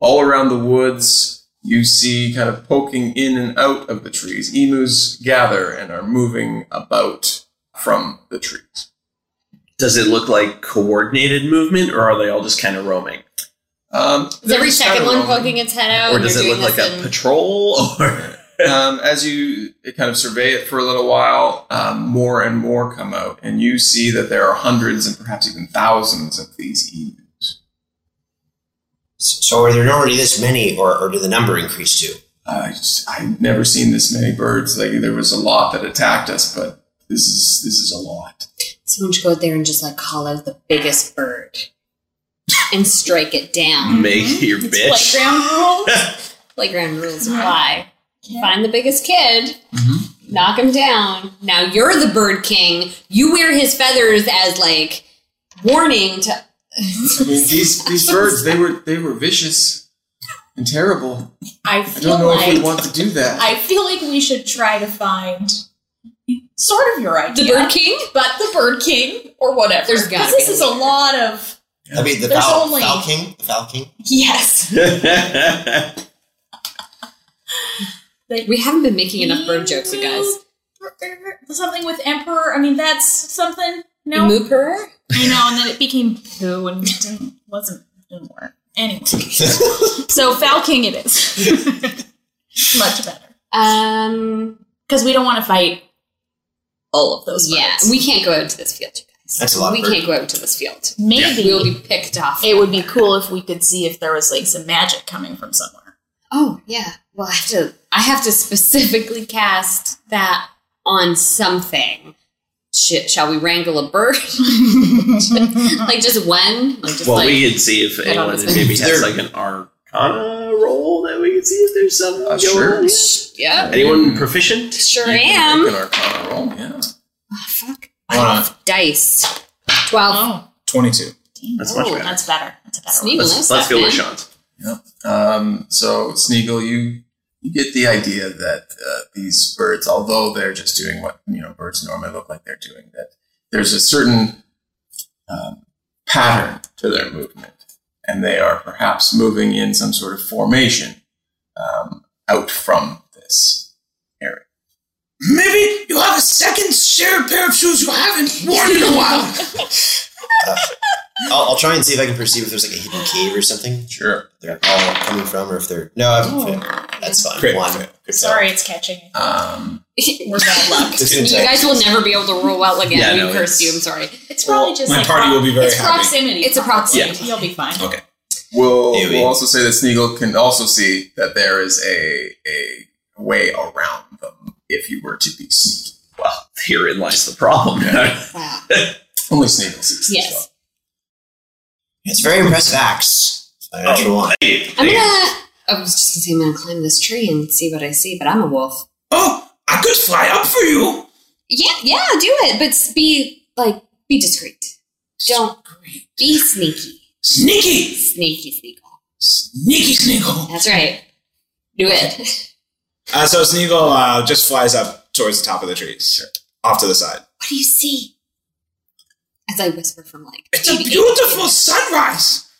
All around the woods, you see kind of poking in and out of the trees. Emus gather and are moving about from the trees. Does it look like coordinated movement, or are they all just kind of roaming? Um, Is every second one poking its head out? or and does they're it look doing like this a in- patrol? Or *laughs* um, as you kind of survey it for a little while, um, more and more come out, and you see that there are hundreds and perhaps even thousands of these emus. So are there already this many, or, or did the number increase too? Uh, it's- I've never seen this many birds. Like there was a lot that attacked us, but this is this is a lot. Someone should go out there and just like call out the biggest bird and strike it Mm-hmm. down. Make your It's bitch. Playground *laughs* rules. playground rules apply. Find the biggest kid, knock him down. Now you're the bird king. You wear his feathers as like warning to. *laughs* I mean, Mm-hmm. these these birds they were they were vicious and terrible. I I feel don't know if we like want to do that. I feel like we should try to find sort of your idea, The Bird King? but the Bird King or whatever. There's gotta 'Cause this be is a lot of I mean, the There's Fal- only- Falking? The *laughs* Falking? yes. We haven't been making enough bird jokes, you guys. Something with Emperor. I mean, that's something. No, Mooper? I know, and then it became poo and it didn't, wasn't didn't work. *laughs* Anyway, so Foul King it is *laughs* much better Um. because we don't want to fight all of those. Yeah, birds. we can't go out into this field, you guys. That's a lot of We bird. can't go out into this field. maybe We'll be picked off. it would be cool if we could see if there was like some magic coming from somewhere. Oh yeah. Well, I have to. I have to specifically cast that on something. Sh- shall we wrangle a *laughs* bird? like just one? Like just well, like we can see if I don't anyone know. maybe has like an Arcana roll that we can see if *laughs* there's some. Uh, going sure. on. yeah, Anyone proficient? sure You can am. make an arcana roll, yeah. Oh, fuck. Hold Five dice. Twelve. Oh, 22. That's much better. that's better. That's a better. Sneak one. list, Let's, let's that go with man. Sean's. Um, so Sneagle, you you get the idea that uh, these birds, although they're just doing what you know birds normally look like they're doing, that there's a certain um, pattern to their movement, and they are perhaps moving in some sort of formation um, out from this area. Maybe you'll have a second share pair of shoes you haven't worn in a *laughs* while. I'll, I'll try and see if I can perceive if there's like a hidden cave or something. Sure. They're all coming from, or if they're. No, I haven't failed. That's fine. Crit One. fail. Crit fail. Sorry, it's catching. Uh, Um, *laughs* We're *laughs* bad luck. It's you intact. guys will never be able to roll out again. Yeah, we no, cursed it's- you. I'm sorry. It's probably just my like party will be very it's happy. proximity. It's a proximity. You'll be fine. Okay. we'll, Maybe. we'll also say that Sneagle can also see that there is a a way around them if you were to be sneaky. Well, herein lies the problem. *laughs* Wow. Only Sneagle sees this. Yes. though. *laughs* It's very impressive axe. I Oh, natural one. I'm Damn. gonna. Oh, I was just gonna say I'm gonna climb this tree and see what I see, but I'm a wolf. Oh, I could fly up for you. Yeah, yeah, do it, but s- be like be discreet. Don't be sneaky, Sneaky. sneaky, sneaky. Sneaky Sneagle. That's right. Do it. Uh, so Sneagle uh, just flies up towards the top of the trees, off to the side. What do you see? As I whisper from like, It's a beautiful sunrise.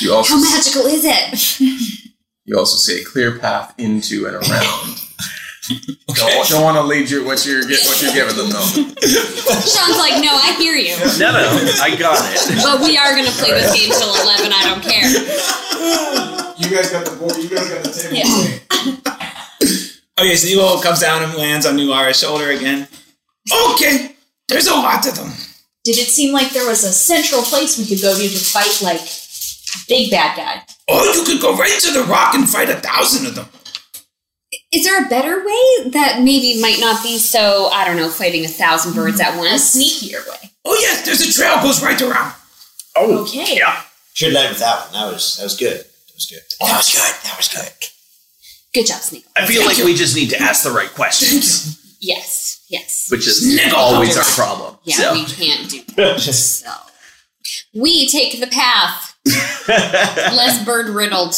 You also How magical *laughs* is it? you also see a clear path into and *laughs* around. don't, don't want to lead you what you're get, what you're giving them though. Sean's like, no, I hear you, *laughs* No, no, I got it. but we are gonna play this game till eleven. I don't care. You guys got the board. You guys got the table. Okay, Sneagle comes down and lands on New Lara's shoulder again. Okay, there's a lot of them. Did it seem like there was a central place we could go to to fight like big bad guy? Or you could go right to the rock and fight a thousand of them. Is there a better way that maybe might not be so? I don't know, fighting a thousand birds at A once. sneakier way. Oh yes, there's a trail goes right around. Oh. Okay. Should have led with that one. That was that was good. That was good. That was good. That was good. Good job, Sneak. *laughs* I feel like we just need to ask the right questions. Yes, yes. which is always our problem. Yeah, so. we can't do that. so. We take the path less bird riddled.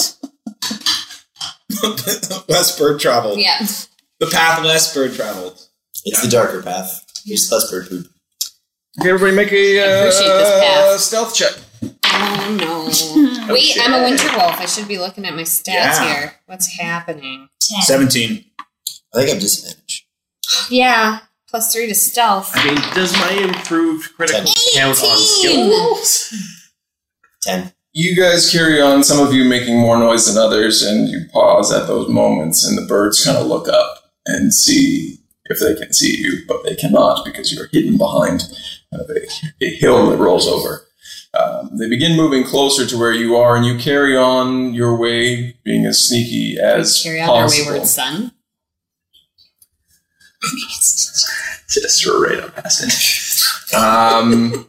less bird traveled. Yeah. The path less bird traveled. It's the darker path. There's less bird poop. Okay, everybody make a appreciate this uh, path. stealth check. Oh no. Wait, shit. I'm a winter wolf. I should be looking at my stats Yeah. here. What's happening? Seventeen. I think I'm disadvantaged. Yeah. Plus three to stealth. I mean, does my improved critical count on skill? Ten. You guys carry on, some of you making more noise than others, and you pause at those moments, and the birds kind of look up and see if they can see you, but they cannot because you're hidden behind uh, a, a hill that rolls over. Um, they begin moving closer to where you are, and you carry on your way, being as sneaky as Carry out their possible. wayward son. Just right up past it. Um,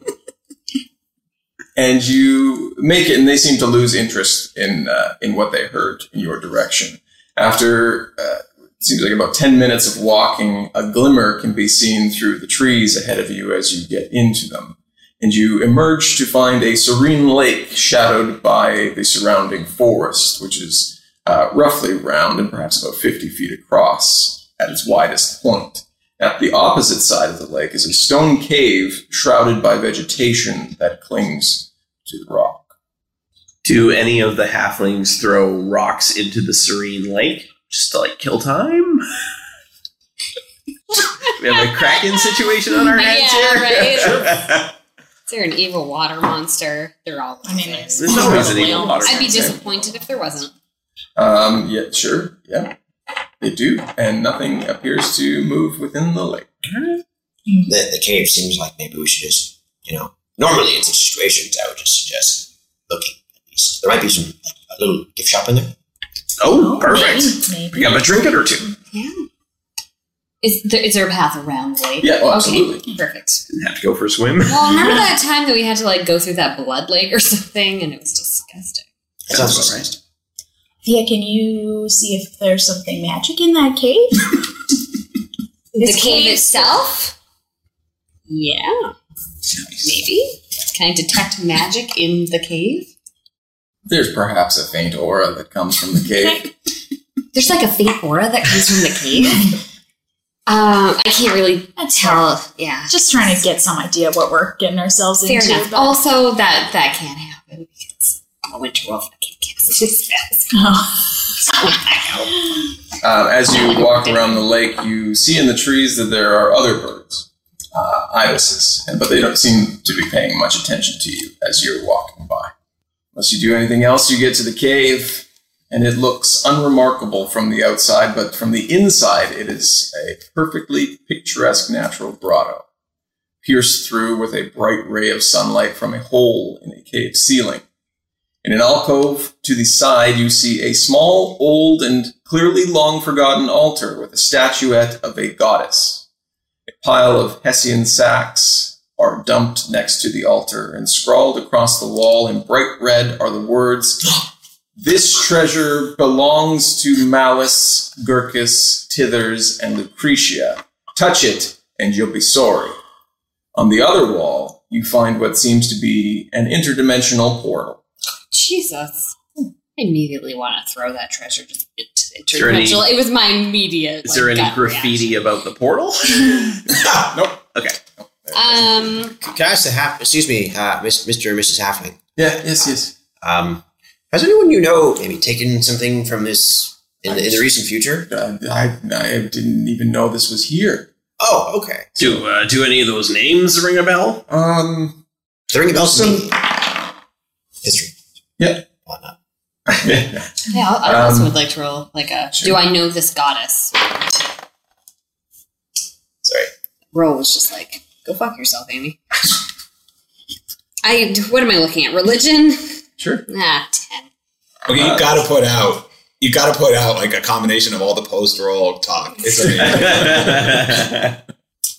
and you make it, and they seem to lose interest in uh, in what they heard in your direction. After uh, it seems like about ten minutes of walking, a glimmer can be seen through the trees ahead of you as you get into them, and you emerge to find a serene lake shadowed by the surrounding forest, which is uh, roughly round and perhaps about fifty feet across at its widest point. At the opposite side of the lake is a stone cave shrouded by vegetation that clings to the rock. Do any of the halflings throw rocks into the serene lake just to like kill time? we have a kraken situation on our *laughs* hands Yeah, here. right? They're an evil water monster. They're all. I mean, There's always an evil water I'd be monster. disappointed if there wasn't. Um, yeah, sure, yeah, they do, and nothing appears to move within the lake. The, the cave seems like maybe we should just, you know, normally in such situations, I would just suggest looking at least. There might be some like, a little gift shop in there. Oh, perfect. maybe. We have a trinket or two. Yeah. Is there, is there a path around the lake? Yeah, oh, Okay, absolutely. Perfect. *laughs* Didn't have to go for a swim. Well, remember that time that we had to like go through that blood lake or something, and it was disgusting. Sounds about right. Thea, can you see if there's something magic in *laughs* that cave? the cave, itself. Yeah. Maybe. Can I detect magic in the cave? There's perhaps a faint aura that comes from the *laughs* cave. There's like a faint *laughs* aura that comes from the cave. um, I can't really tell. Yeah. Just trying to get some idea what we're getting ourselves Fair into. enough. Also, that that can happen because a Oh, winter wolf can't kiss his Oh. Uh, as you walk around the lake, you see in the trees that there are other birds, uh, ibises, and- but they don't seem to be paying much attention to you as you're walking by. Unless you do anything else, you get to the cave, and it looks unremarkable from the outside, but from the inside, it is a perfectly picturesque natural grotto, pierced through with a bright ray of sunlight from a hole in a cave ceiling. In an alcove to the side, you see a small, old, and clearly long forgotten altar with a statuette of a goddess. A pile of Hessian sacks are dumped next to the altar, and scrawled across the wall in bright red are the words This treasure belongs to Malice, Gurkis, Tithers, and Lucretia. Touch it, and you'll be sorry. On the other wall, you find what seems to be an interdimensional portal. Jesus. I immediately want to throw that treasure just into the there any- interdimensional. It was my immediate. Is like, there any gut graffiti about *laughs* the portal? nope. Okay. reaction. Um, Can I ask the half? Excuse me, uh, Miss, Mr. and Mrs. Halfling. Yeah. Yes. Yes. Um, has anyone you know maybe taken something from this in the, in the recent future? Uh, I, I didn't even know this was here. Oh, okay. Do uh, do any of those names ring a bell? Um, The ring of bells Some- to me. History. Yeah. yeah, I I also Um, would like to roll like a. Do I know this goddess? Sorry. Roll was just like, go fuck yourself, Amy. I. What am I looking at? Religion. Sure. Ah, ten. Okay, you gotta put out. You gotta put out like a combination of all the post roll talk. *laughs* It's amazing.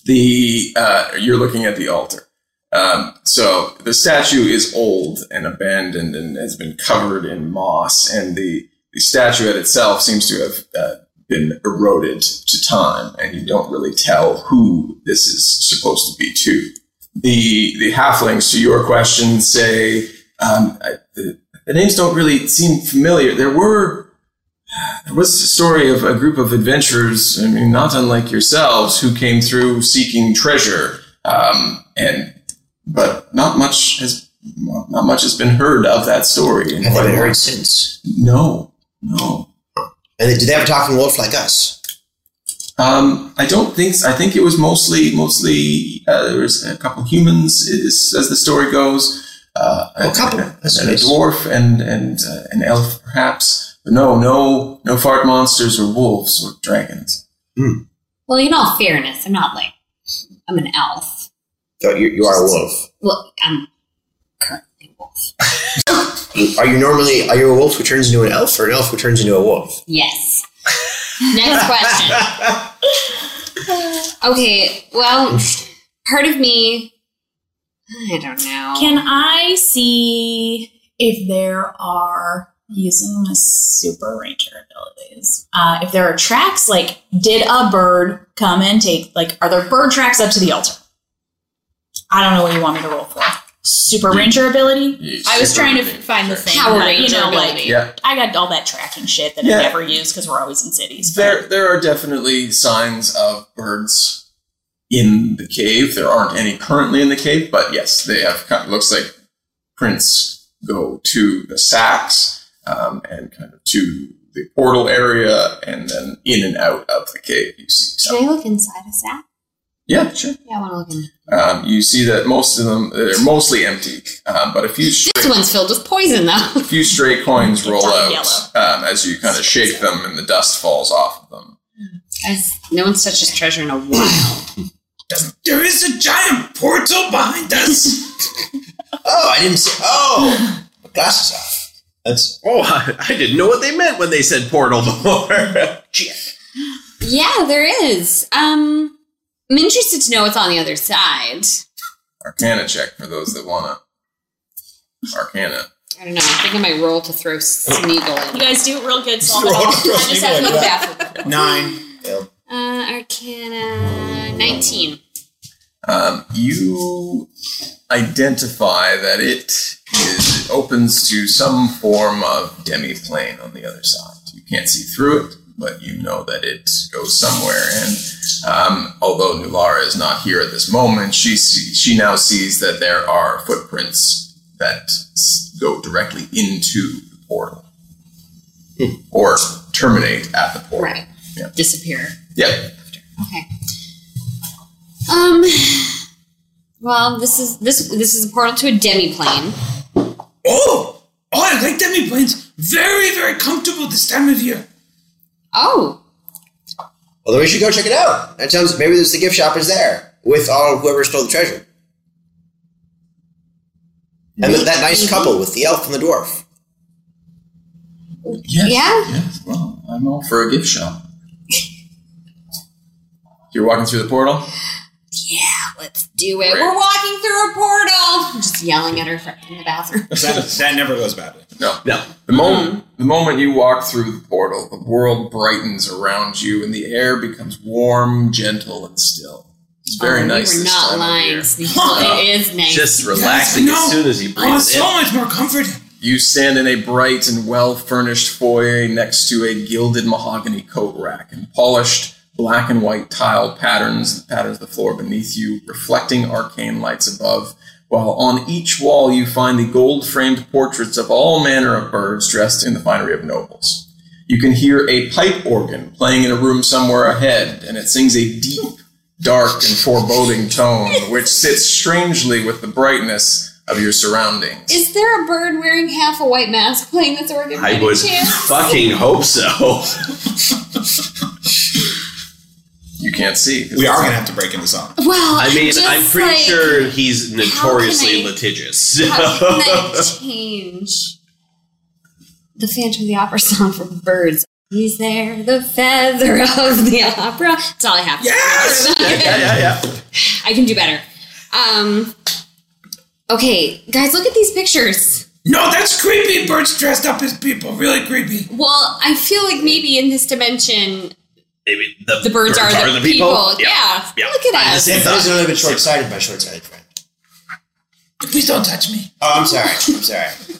the uh, you're looking at the altar. Um, so the statue is old and abandoned and has been covered in moss, and the the statuette itself seems to have uh, been eroded to time, and you don't really tell who this is supposed to be to. The the halflings, to your question, say um, I, the, the names don't really seem familiar. There were there was a story of a group of adventurers, I mean, not unlike yourselves, who came through seeking treasure, um, and but not much has well, not much has been heard of that story. in Have they quite a been while. heard since? No, no. And did they have a talking wolf like us? Um, I don't think. So. I think it was mostly mostly uh, there was a couple humans, is, as the story goes. Uh, a couple, and, a nice. dwarf and and uh, an elf, perhaps. But no, no, no fart monsters or wolves or dragons. Well, in all fairness, I'm not like I'm an elf. No, you, you are a wolf. Well, um, I'm Are you normally are you a wolf who turns into an elf or an elf who turns into a wolf? *laughs* *laughs* yes. Next question. okay, well, part of me, I don't know. Can I see if there are using the super ranger abilities? Uh, if there are tracks, like did a bird come and take? Like, are there bird tracks up to the altar? I don't know what you want me to roll for. Super ranger ability. I was Super trying to find the thing. Power that, you Ranger know, ability. like Yeah. I got all that tracking shit that Yeah. I never use because we're always in cities. There, there are definitely signs of birds in the cave. There aren't any currently in the cave, but yes, they have. Kind of, looks like prints go to the sacks um, and kind of to the portal area, and then in and out of the cave. You see, Should I look inside a sack? yeah, sure. Yeah, I want to look in. Um, you see that most of them they're mostly empty, um, but a few This straight, one's filled with poison, though. *laughs* a few stray coins roll dark out um, as you kind of shake them, and the dust falls off of them. Guys, no one's touched this treasure in a while. *gasps* There is a giant portal behind us. *laughs* oh, I didn't see. Oh, glasses off. That's oh, I, I didn't know what they meant when they said portal before. *laughs* yeah, there is. Um, I'm interested to know what's on the other side. Arcana check for those that wanna. Arcana. I don't know. I think I might roll to throw Sneagol You in. guys do real good. *laughs* Roll Solomon. to throw I just have Sneagol to in, look yeah. back. Nine. Uh, Arcana 19. Um, you identify that it is it opens to some form of demiplane on the other side. You can't see through it, but you know that it goes somewhere. And um, although Nulara is not here at this moment, she see, she now sees that there are footprints that s- go directly into the portal or terminate at the portal. Right. Disappear. Yeah. Okay. Um. Well, this is this this is a portal to a demiplane. Oh, oh, I like demiplanes. Very, very comfortable this time of year. Oh, Well, then we should go check it out. That sounds maybe there's the gift shop is there with all whoever stole the treasure. And that that nice couple with the elf and the dwarf. Yes, yeah. Yes. Well, I'm all for a gift shop. You're walking through the portal. Yeah, let's do it. We're walking through a portal. I'm just yelling at her fr- in the *laughs* bathroom. That, that never goes badly. No, Mm-hmm. no. The moment the moment you walk through the portal, the world brightens around you, and the air becomes warm, gentle, and still. It's very Oh, nice. You were this not time of lying, year. Sneakle. It is nice. Just relaxing Yes, I as know. soon as you Oh, it's so much more comforting. You stand in a bright and well furnished foyer next to a gilded mahogany coat rack and polished black and white tile patterns, the patterns of the floor beneath you, reflecting arcane lights above. While on each wall you find the gold framed portraits of all manner of birds dressed in the finery of nobles. You can hear a pipe organ playing in a room somewhere ahead, and it sings a deep, dark, and foreboding tone which sits strangely with the brightness of your surroundings. Is there a bird wearing half a white mask playing this organ? by I any would *laughs* chance? fucking *laughs* hope so. *laughs* You can't see. We are going to have to break into song. Well, I mean, just I'm pretty like, sure he's notoriously I- litigious. *laughs* *laughs* How so- can I change the Phantom of the Opera song for birds? He's there, the feather *laughs* of the opera. That's all I have. *laughs* Yes! I can do better. Um, okay, guys, look at these pictures. No, that's creepy. Birds dressed up as people. Really creepy. Well, I feel like maybe in this dimension, I mean, the, The birds are the people. Yeah. Look at I'm us. The same thing. Those are a little bit short sighted, my short sighted friend. Please don't touch me. Oh, I'm sorry. I'm sorry.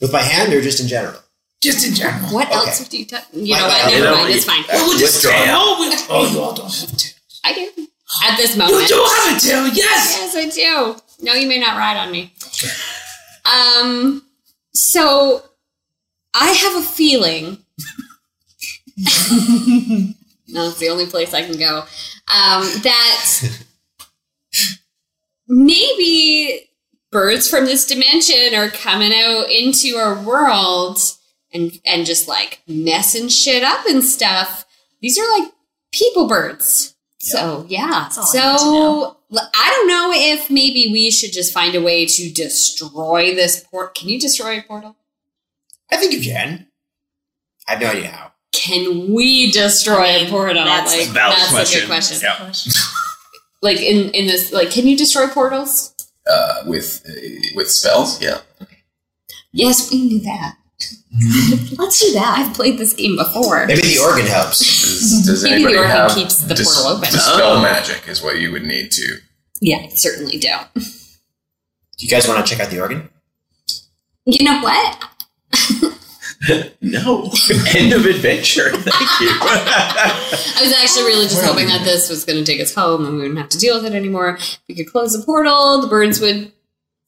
With my hand or just in general? Just in general. What Okay. else would you tell? You know My what? God. Never You know, mind. It's you- fine. Well, we'll just Withdraw. Oh, we- oh, you all don't have to. I do. At this moment. do have a tail, yes! Yes, I do. No, you may not ride on me. Um, so I have a feeling. *laughs* no, it's the only place I can go. Um, that maybe birds from this dimension are coming out into our world and and just like messing shit up and stuff. These are like people birds. So yeah. all I So need to l- I don't know if maybe we should just find a way to destroy this port. Can you destroy a portal? I think you can. I have no idea how. Can we destroy a portal? that's like, a valid that's a question. good question. Yeah. Like in in this, like, can you destroy portals? uh, with uh, with spells. Yeah. Yes, we knew that. Let's do that. I've played this game before. Maybe the organ helps. Does, does Maybe the anybody organ have keeps the dis- portal open. Dispel Oh. magic is what you would need to. Yeah, I certainly do. Do you guys want to check out the organ? You know what? No. End *laughs* of adventure. Thank you. I was actually really just hoping that this was going to take us home and we wouldn't have to deal with it anymore. We could close the portal. The birds would.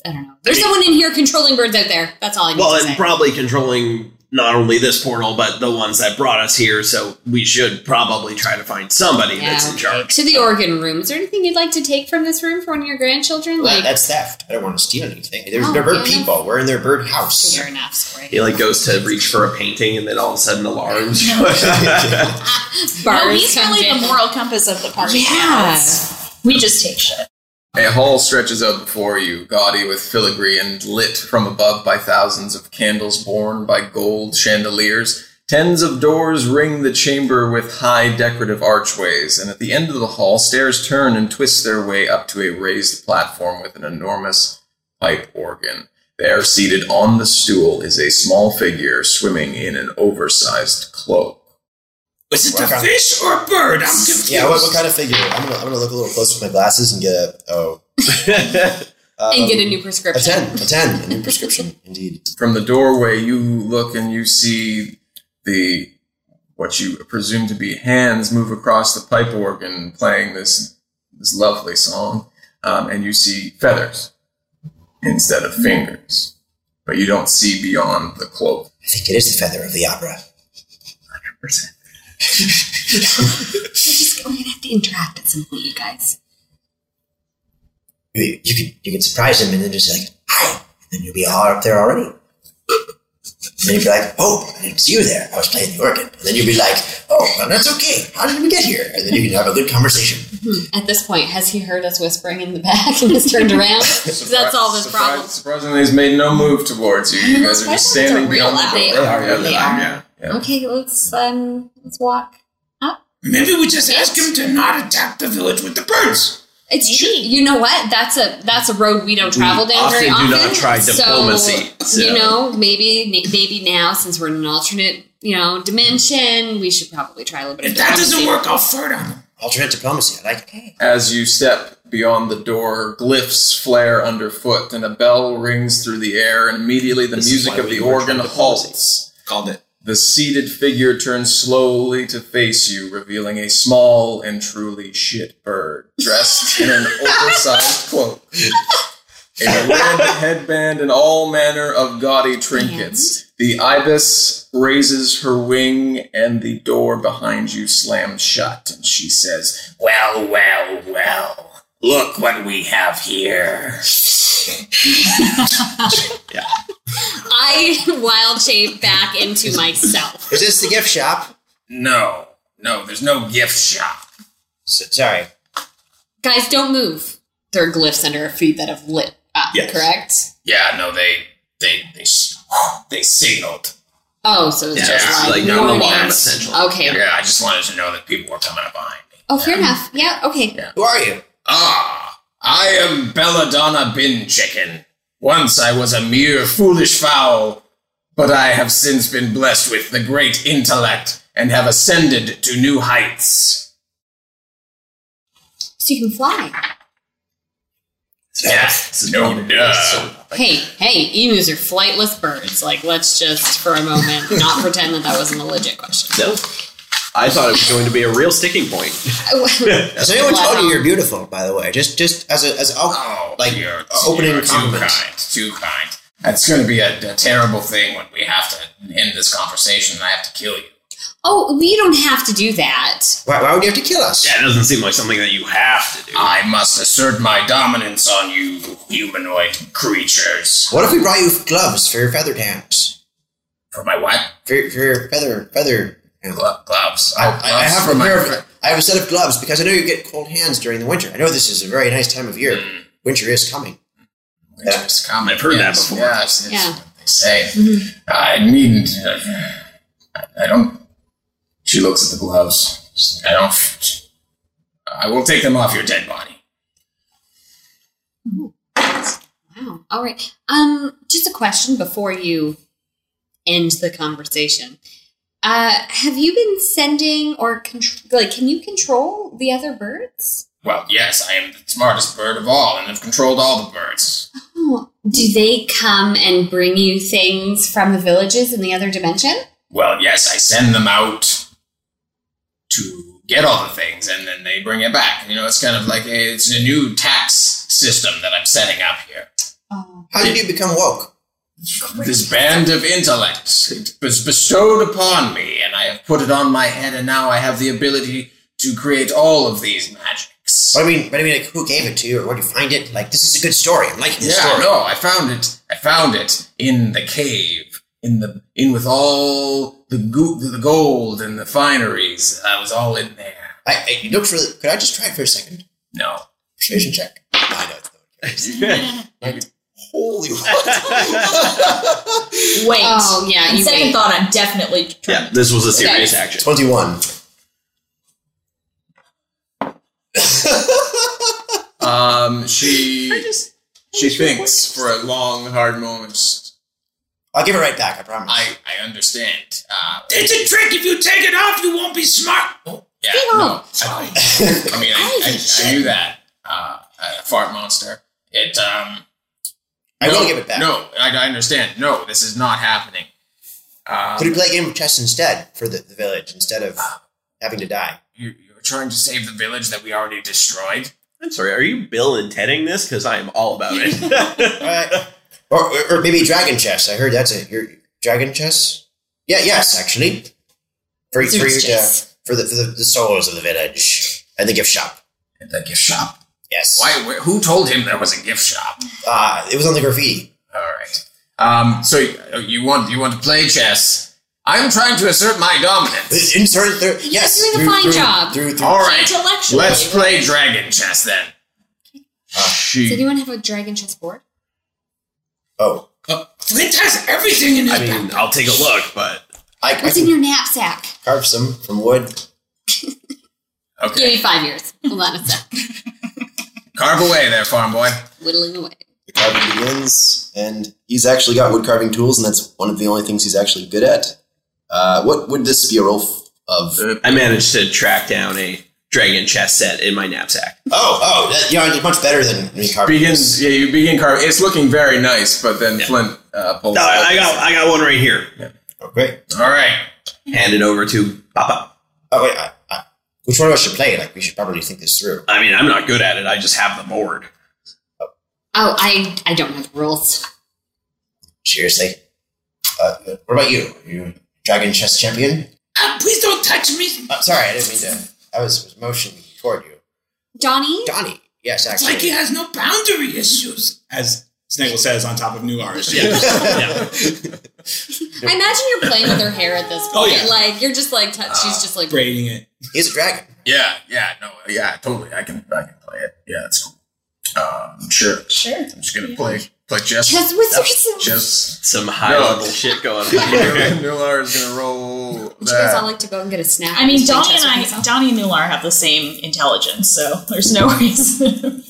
I don't know. There's someone in here controlling birds out there. That's all I need to well, say. and probably controlling not only this portal, but the ones that brought us here. So we should probably try to find somebody that's in okay. charge. To the organ room. Is there anything you'd like to take from this room for one of your grandchildren? Well, Like, that's theft. I don't want to steal anything. There's Oh, they're bird yeah. people. We're in their bird house. fair enough. Sorry. He like goes to reach for a painting, and then all of a sudden alarms. *laughs* *laughs* Birds no, he's comes really in. the moral compass of the party. Yeah. We just take shit. A hall stretches out before you, gaudy with filigree and lit from above by thousands of candles borne by gold chandeliers. Tens of doors ring the chamber with high decorative archways, and at the end of the hall, stairs turn and twist their way up to a raised platform with an enormous pipe organ. There, seated on the stool, is a small figure swimming in an oversized cloak. Was it What a kind- fish or a bird? I'm confused. Yeah, what, what kind of figure? I'm gonna, I'm gonna look a little closer with my glasses and get a oh um, *laughs* and get a new a prescription. ten, a ten, a *laughs* new prescription indeed. From the doorway, you look and you see the what you presume to be hands move across the pipe organ, playing this this lovely song, um, and you see feathers instead of fingers, but you don't see beyond the cloak. I think it is the feather of the opera. We're just going to have to interact at some point, you guys. You, you could you could surprise him and then just like hi, and then you'll be all up there already. And then you'd be like, oh, I didn't see you there. I was playing the organ. And then you'd be like, oh, well, that's okay. How did we get here? And then you can have a good conversation. Mm-hmm. At this point, has he heard us whispering in the back and has turned around? 'Cause that's all the Surpri- problem. Surprisingly, he's made no move towards you. You guys are just Those standing are real beyond the loud. door. They are, they are. *laughs* Okay, let's um, let's walk. Maybe we just ask him to not attack the village with the birds. It's true. You know what? That's a that's a road we don't travel down often very do often. not try diplomacy, so- You know, maybe maybe now since we're in an alternate you know dimension, we should probably try a little bit. If of that doesn't diplomacy. work, I'll fart on him. Alternate diplomacy. I like it. As you step beyond the door, glyphs flare underfoot, and a bell rings through the air, and immediately the This is music why of we the march organ on diplomacy. halts. Called it. The seated figure turns slowly to face you, revealing a small and truly shit bird dressed in an oversized cloak. A red headband and all manner of gaudy trinkets. The ibis raises her wing, and the door behind you slams shut, and she says, Well, well, well, look what we have *laughs* here. I *laughs* wild shape back into myself. Is this the gift shop? No, no, there's no gift shop. S- sorry. Guys, don't move. There are glyphs under our feet that have lit up. Yes. Correct. Ah. Yeah, no, they they they s- they signaled. Oh, so it's Yeah, just it's like, like no warnings. alarm, essentially. Okay. Yeah, I just wanted to know that people were coming up behind *laughs* me. Oh, fair enough. Yeah. Okay. Who are you? Ah, I am Belladonna Bin Chicken. Once I was a mere foolish fowl, but I have since been blessed with the great intellect and have ascended to new heights. So you can *laughs* fly. Yes, no duh. Hey, hey, emus are flightless birds. Like, let's just for a moment not *laughs* pretend that that wasn't a legit question. No. I thought it was going to be a real sticking *laughs* point. Has anyone told um, you you're beautiful? By the way, just just as a as a, oh, like opening you're too compliment. kind, too kind. That's going to be a, a terrible thing when we have to end this conversation and I have to kill you. Oh, we don't have to do that. Why, why would you have to kill us? That doesn't seem like something that you have to do. I must assert my dominance on you, humanoid creatures. What if we brought you gloves for your feathered hands? For my what? For, your- for your feather feather hands. gloves? I, Oh, I, I gloves have for my prepared. fe- I have a set of gloves because I know you get cold hands during the winter. I know this is a very nice time of year. Winter is coming. Mm. Winter is coming. I've heard that Yes, before. Yes, it's Yeah. what they say. I needn't. I, I don't. She looks at the gloves. I don't. I will take them off your dead body. Wow. All right. Um, just a question before you end the conversation. Uh, have you been sending or contr- like can you control the other birds? Well, yes, I am the smartest bird of all and have controlled all the birds. Oh, do they come and bring you things from the villages in the other dimension? Well, yes, I send them out to get all the things and then they bring it back. You know, it's kind of like a, it's a new tax system that I'm setting up here. How did you become woke? This band of intellect it was bestowed upon me and I have put it on my head and now I have the ability to create all of these magics. But I mean, but I mean, like, who gave it to you or where did you find it? Like, this is a good story. I'm liking Yeah, this story. no, I found it. I found it in the cave, in the in with all the go- the gold and the fineries. I was all in there. I, I, it looks really. Could I just try it for a second? No, Persuasion *laughs* check. I know it's Holy Wait. Oh, yeah, On you second wait. thought, I'm definitely trying. Yeah, this was a serious Okay. action. Twenty-one. Um, she she thinks for a long, hard moment. I'll give it right back. I promise. I I understand. Uh, It's a trick. If you take it off, you won't be smart. Oh, yeah, Hang on. no, I, I mean, I, I, I knew that. Uh, uh, fart monster. It um. I no, will give it back. No, I, I understand. No, this is not happening. Um, Could we play a game of chess instead for the, the village instead of having to die? you, you're trying to save the village that we already destroyed. I'm sorry, are you Bill and Tedding this? Because I am all about it. *laughs* All right. Or, or, or maybe dragon chess. I heard that's a your dragon chess. Yeah. Yes, actually. For for, your, uh, chess. for the for the, the souls of the village and the gift shop. At the gift shop. Yes. Why? wh- Who told him there was a gift shop? Uh, it was on the graffiti. All right. Um, so y- you want you want to play chess? I'm trying to assert my dominance. Insert thir- yes. doing a through- fine through- job. Through, through, All right. Intellectually. Let's play dragon chess then. Does She anyone have a dragon chess board? Oh, Flint Uh, has everything in his I mean, I'll take a look, but I, I What's in can your knapsack? carve some from wood. Okay. Give me five years. Hold on a sec. Carve away there, farm boy. *laughs* Whittling away. The carving begins, and he's actually got wood carving tools, and that's one of the only things he's actually good at. Uh, what would this be a roll f- of? I managed to track down a dragon chess set in my knapsack. Oh, oh, that, you know, it's much better than me carving. begins. Yeah, you begin carving. It's looking very nice, but then Flint uh, pulls. No, out- I I got I got one right here. Oh, great. Oh, All right. Hand it over to Papa. Oh, wait, I, I, which one of us should play? Like, we should probably think this through. I mean, I'm not good at it. I just have the board. Oh, I I don't have rules. Seriously. Uh, what about you? Are you a dragon chess champion? Ah, please don't touch me. Uh, sorry, I didn't mean to. I was, was motioning toward you. Donnie? Donnie. Yes, It's actually. like he has no boundary issues. As Snaggle says on top of new RSG. *laughs* *laughs* I imagine you're playing with her hair at this point. Oh, yeah. Like you're just like t- she's just like Braiding it. He's a dragon. Yeah. Yeah. No. Yeah. Totally. I can. I can play it. Yeah. That's cool. Um, sure. Sure. I'm just gonna play play chess. just with yourself. Chess. Some high No. level shit going *laughs* on here. Nular is gonna roll. Would you guys all That. like to go and get a snack? I mean, play Donnie chess and with I, myself? Donnie and Nular have the same intelligence, so there's no reason.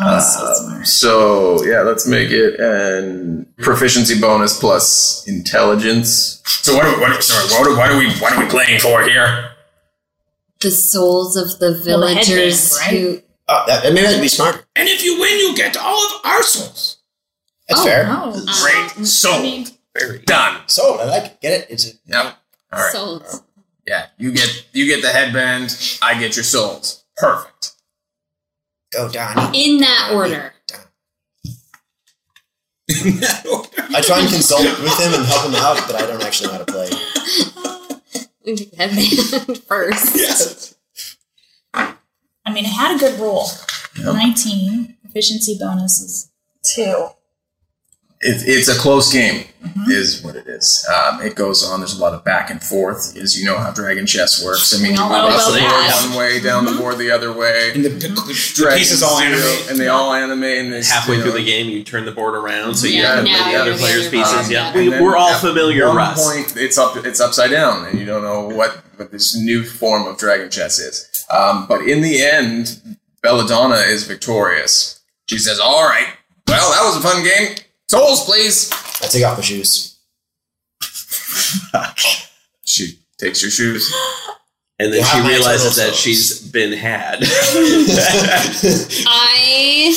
Um, so yeah, let's make it an proficiency bonus plus intelligence. So what? Are, what? Sorry, what are, what are we? What are we playing for here? The souls of the Well, the headband, villagers right? who. Uh, that, maybe that'd be smart. And if you win, you get all of our souls. Oh, That's fair. Great. Sold. Done. Sold. I like it. Get it? It's a, Yep. All right. Souls. Yeah, you get you get the headband. I get your souls. Perfect. Go, Donnie. In that order. I try and consult with him and help him out, but I don't actually know how to play. *laughs* We do headband *laughs* first. I mean, I had a good roll. 19. Efficiency bonuses. *laughs* Two. It, it's a close game, is what it is. Um, it goes on. There's a lot of back and forth, as you know how dragon chess works. I mean, We you all went know up about the that. board one way, down the board the other way. And the, the, pieces all animate. and they all animate. And they Halfway you know, through the game, you turn the board around so you Yeah, have now the you're other the player's other pieces. Um, yeah, and we, then we're all at familiar, one Russ. Point, it's up. It's upside down, and you don't know what, what this new form of dragon chess is. Um, but in the end, Belladonna is victorious. She says, "All right, well, that was a fun game. Souls, please." I take off my shoes. *laughs* she takes your *gasps* shoes, and then Wow, she my realizes turtle that she's been had. I.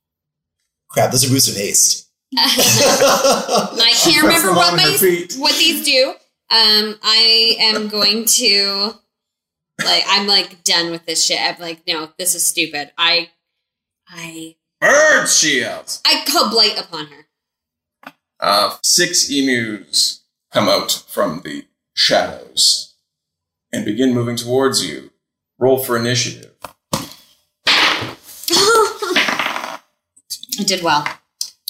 *laughs* Crap, those are boots of haste. I can't Press remember them what on her these, what these do. Um, I am going to, like, I'm like done with this shit. I'm like, no, this is stupid. I, I, Birds she yells. I call blight upon her. Uh, six emus come out from the shadows and begin moving towards you. Roll for initiative. I did well.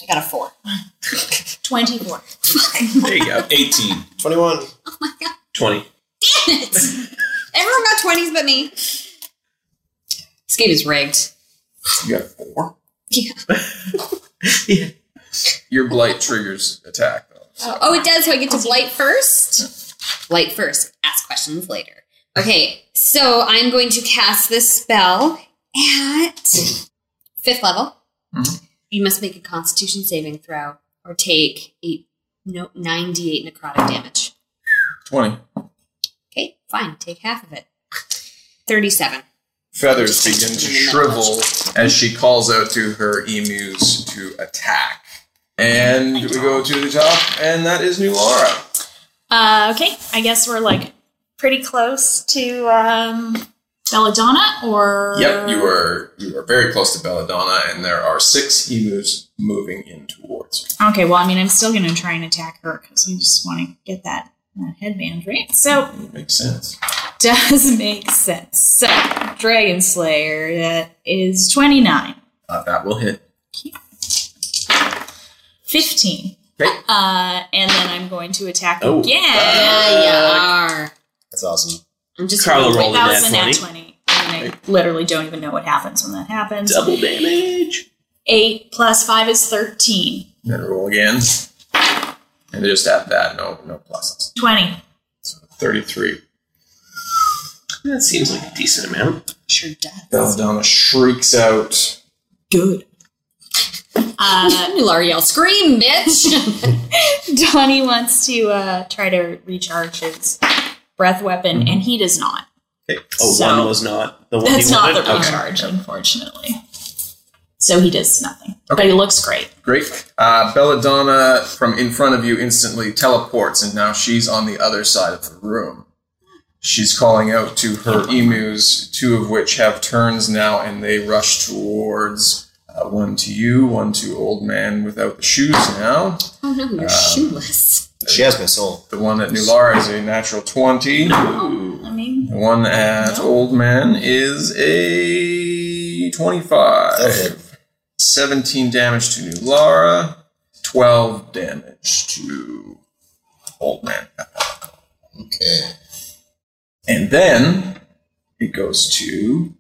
I got a four. 24. *laughs* there you go. 18. 21. 20. Damn it! Everyone got twenties but me. This game is rigged. You got four. *laughs* Yeah. Your blight triggers attack. Oh, it does. So I get to blight first. Blight first. Ask questions later. Okay, so I'm going to cast this spell at fifth level. You must make a Constitution saving throw or take eight, no, ninety-eight necrotic damage. Twenty Okay, fine. Take half of it. Thirty-seven. feathers begin to shrivel as she calls out to her emus to attack. And we go to the top, and that is New Laura. Uh, okay, I guess we're like pretty close to um, Belladonna, or Yep, you are you are very close to Belladonna, and there are six emus moving in towards you. Okay, well, I mean, I'm still going to try and attack her because we just want to get that, that headband, right? So Makes sense. does *laughs* make sense. So Dragon Slayer, that is 29, Uh, that will hit. 15. Okay. Uh, and then I'm going to attack Oh. again. Yeah, you are. That's awesome. I'm just Carla Wait, rolled a that nat was a nat 20. 20. And I literally don't even know what happens when that happens. Double damage. Eight plus five is 13. Then roll again, and just add that. No, no pluses. 20. Thirty-three. That seems like a decent amount. Sure does. Belladonna shrieks out. Good. *laughs* Uh, L'Ariel, scream, bitch! *laughs* Donnie wants to uh, try to recharge his breath weapon, and he does not. Okay. Oh, So- one was not Mm-hmm. the one That's he not wanted. the Okay. recharge, unfortunately. So he does nothing. But he looks great. Great. Uh, Belladonna from in front of you instantly teleports, and now she's on the other side of the room. She's calling out to her emus, two of which have turns now, and they rush towards uh, one to you, one to Old Man Without the Shoes now. oh no, you're Um, shoeless. She has my soul. The one at New Lara is a natural 20. I mean, The one at Old Man is a 25. 17 damage to New Lara, 12 damage to Old Man. Okay. And then it goes to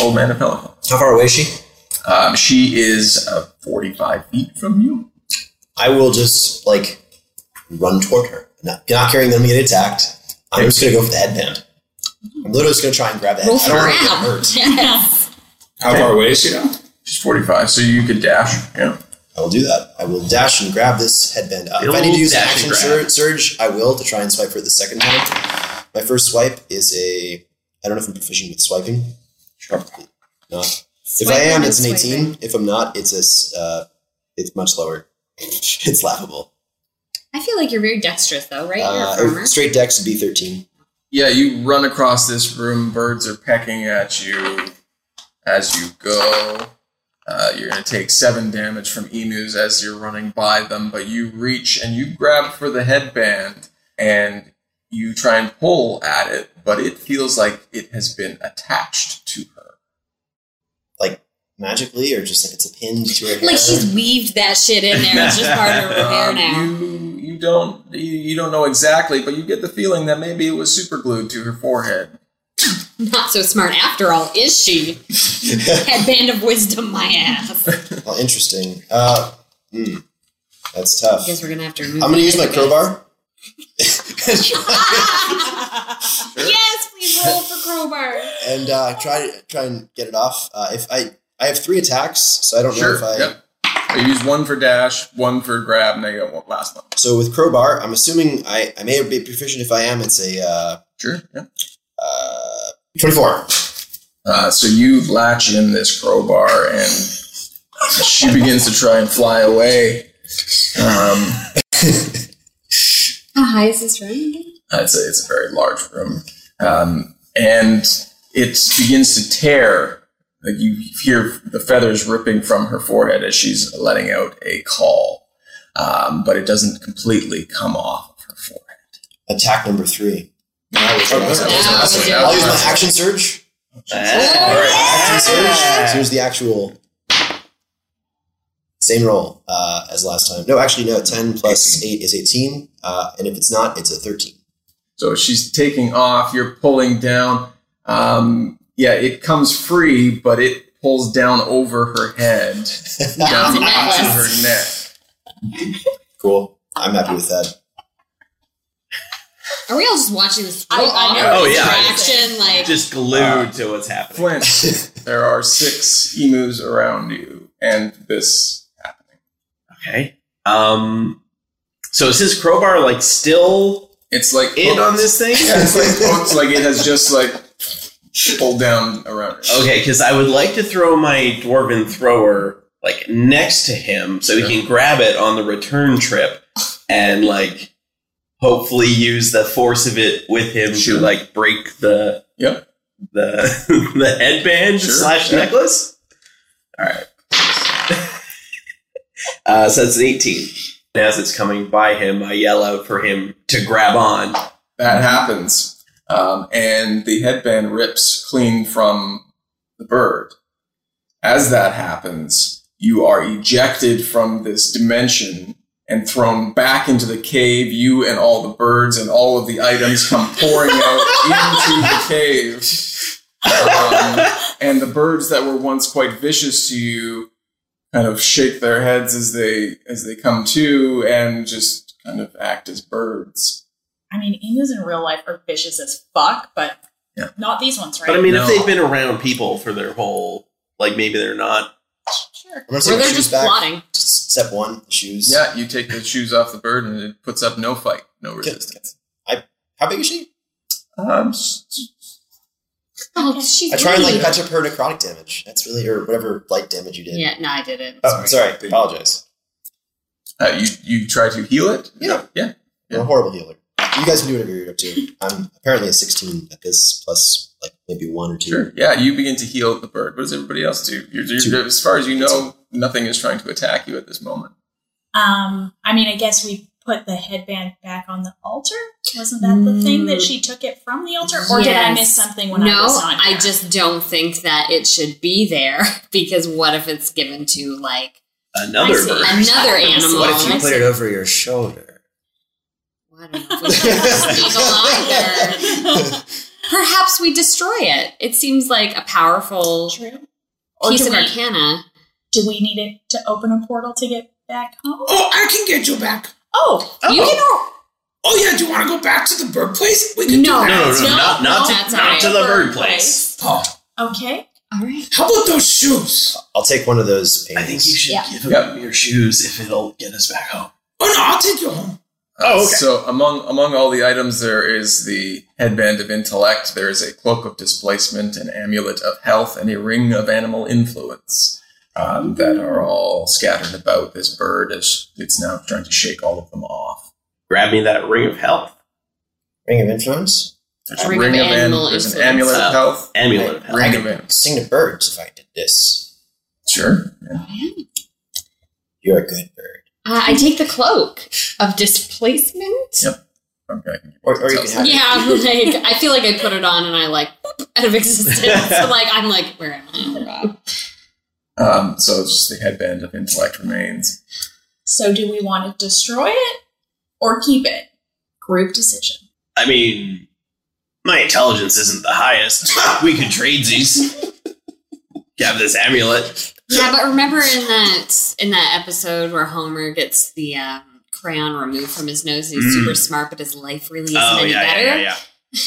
Old Man of Pelican. How far away is she? Um, she is uh, 45 feet from you. I will just, like, run toward her. Not, not caring them to get attacked. I'm just going to go for the headband. I'm literally just going to try and grab the Roll headband. I *laughs* for don't want to get grab. hurt. Yes. How far away is she now? She's 45, so you could dash. Yeah. I will do that. I will dash and grab this headband up. It'll if I need to use an dash action and sur- grab. surge, I will to try and swipe for it the second time. My first swipe is a. I don't know if I'm proficient with swiping. Sure. Not. If I Swipe am, when it's an I'm 18. If I'm not, it's a. s- Uh, it's much lower. *laughs* it's laughable. I feel like you're very dexterous, though, right? Uh, you're a oh, farmer. straight dex would be 13. *laughs* Yeah, you run across this room. Birds are pecking at you as you go. Uh, you're going to take seven damage from emus as you're running by them, but you reach and you grab for the headband and you try and pull at it, but it feels like it has been attached to her. Like magically, or just like it's a pin to her hair? Like she's weaved that shit in there. It's just *laughs* part of her *laughs* hair Um, now. You, you don't you, you don't know exactly, but you get the feeling that maybe it was super glued to her forehead. *laughs* Not so smart after all, is *laughs* she? Headband of wisdom, my ass. Well, Oh, interesting. Uh, hmm. that's tough. I guess we're gonna have to I'm remove. gonna the use my headband. crowbar. *laughs* Yes, please roll for crowbar. and uh, try try and get it off. Uh, if I I have three attacks, so I don't know Sure, if I. yep. I use one for dash, one for grab, and I got one last one. So with crowbar, I'm assuming I, I may be proficient. If I am, it's a uh, sure. Yeah. Uh, twenty four. Uh, so you latch in this crowbar, and she begins to try and fly away. Um, *laughs* How high is this room? Uh, it's a, it's a very large room, um, and it begins to tear. Like you hear the feathers ripping from her forehead as she's letting out a call, um, but it doesn't completely come off of her forehead. Attack number three. I'll I'll use my action surge. Oh, Action surge. Here's the actual. Same roll uh, as last time. No, actually, no. Ten plus eight is eighteen, uh, and if it's not, it's a thirteen. So she's taking off. You're pulling down. Um, yeah, it comes free, but it pulls down over her head, down It's a onto necklace. her neck. Cool. I'm happy with that. Are we all just watching this? I- I know. Oh, yeah. Action like Just glued to what's happening. Uh, *laughs* Flint, there are six emus around you, and this Okay. Um. So is his crowbar like still? It's like in on this thing. Yeah, it's *laughs* like hooked, like it has just like pulled down around. it. Okay, because I would like to throw my dwarven thrower like next to him so he can grab it on the return trip and like hopefully use the force of it with him to like break the yep the *laughs* the headband Sure, slash yeah. necklace. All right. *laughs* uh, so that's an eighteen. And as it's coming by him, I yell out for him to grab on. That happens, um, and the headband rips clean from the bird. As that happens, you are ejected from this dimension and thrown back into the cave. You and all the birds and all of the items come pouring out into the cave. Um, and the birds that were once quite vicious to you kind of shake their heads as they as they come to and just kind of act as birds. I mean, emus in real life are vicious as fuck, but not these ones, right? But I mean, No. if they've been around people for their whole, like maybe they're not. Sure. I'm gonna take the shoes back. Just Step one, the shoes. Yeah, you take the shoes off the bird and it puts up no fight, no resistance. I how big is she? Um, s- s- Oh, she's I try and like really- patch up her necrotic damage. That's really or whatever light damage you did. Yeah, no, I didn't. Oh, sorry. Apologize. uh, you you try to heal it. Yeah. Yeah. I'm a horrible healer. You guys can do whatever you're up to. I'm apparently a 16 at this, plus like maybe one or two. Sure. Yeah, you begin to heal the bird. What does everybody else do? You're, you're, as far as you know, nothing is trying to attack you at this moment. Um, I mean, I guess we put the headband back on the altar. Wasn't that the thing that she took it from the altar, or did I Yes. miss something when no, I was on? I just don't think that it should be there *laughs* because what if it's given to like Another I see. bird. Another animal. What if you put it over your shoulder? *laughs* Perhaps we destroy it. It seems like a powerful Or piece do of we- arcana. Do we need it to open a portal to get back home? *laughs* Oh, I can get you back. Oh, you can. Oh yeah, do you want to go back to the bird place? We can do No, that. Oh, No, no, no, no, not- not no, to- that's not all right. to the bird place. Oh, Okay. All right. How about those shoes? I'll take one of those paintings. I think you should Yeah. give him your shoes if it'll get us back home. Oh no, I'll take you home. Oh, So among among all the items, there is the headband of intellect. There is a cloak of displacement, an amulet of health, and a ring of animal influence um, that are all scattered about this bird as it's now trying to shake all of them off. Grab me that ring of health. Ring of influence. There's a ring, of animal. animal there's an influence. amulet Oh, of health. amulet of Ring I of could sing to birds if I did this. Sure. You're a good bird. Uh, I take the cloak of displacement. Okay. Or, or you can have Yeah, I'm like I feel like I put it on and I like *laughs* out of existence. So, like I'm like, where am I? Oh, God. Um, so it's just the headband of intellect remains. So, do we want to destroy it or keep it? Group decision. I mean, my intelligence isn't the highest. *laughs* we could trade these. Have this amulet. Yeah, but remember in that in that episode where Homer gets the um, crayon removed from his nose, he's Mm. super smart, but his life really isn't Oh any yeah, yeah, better. yeah, yeah.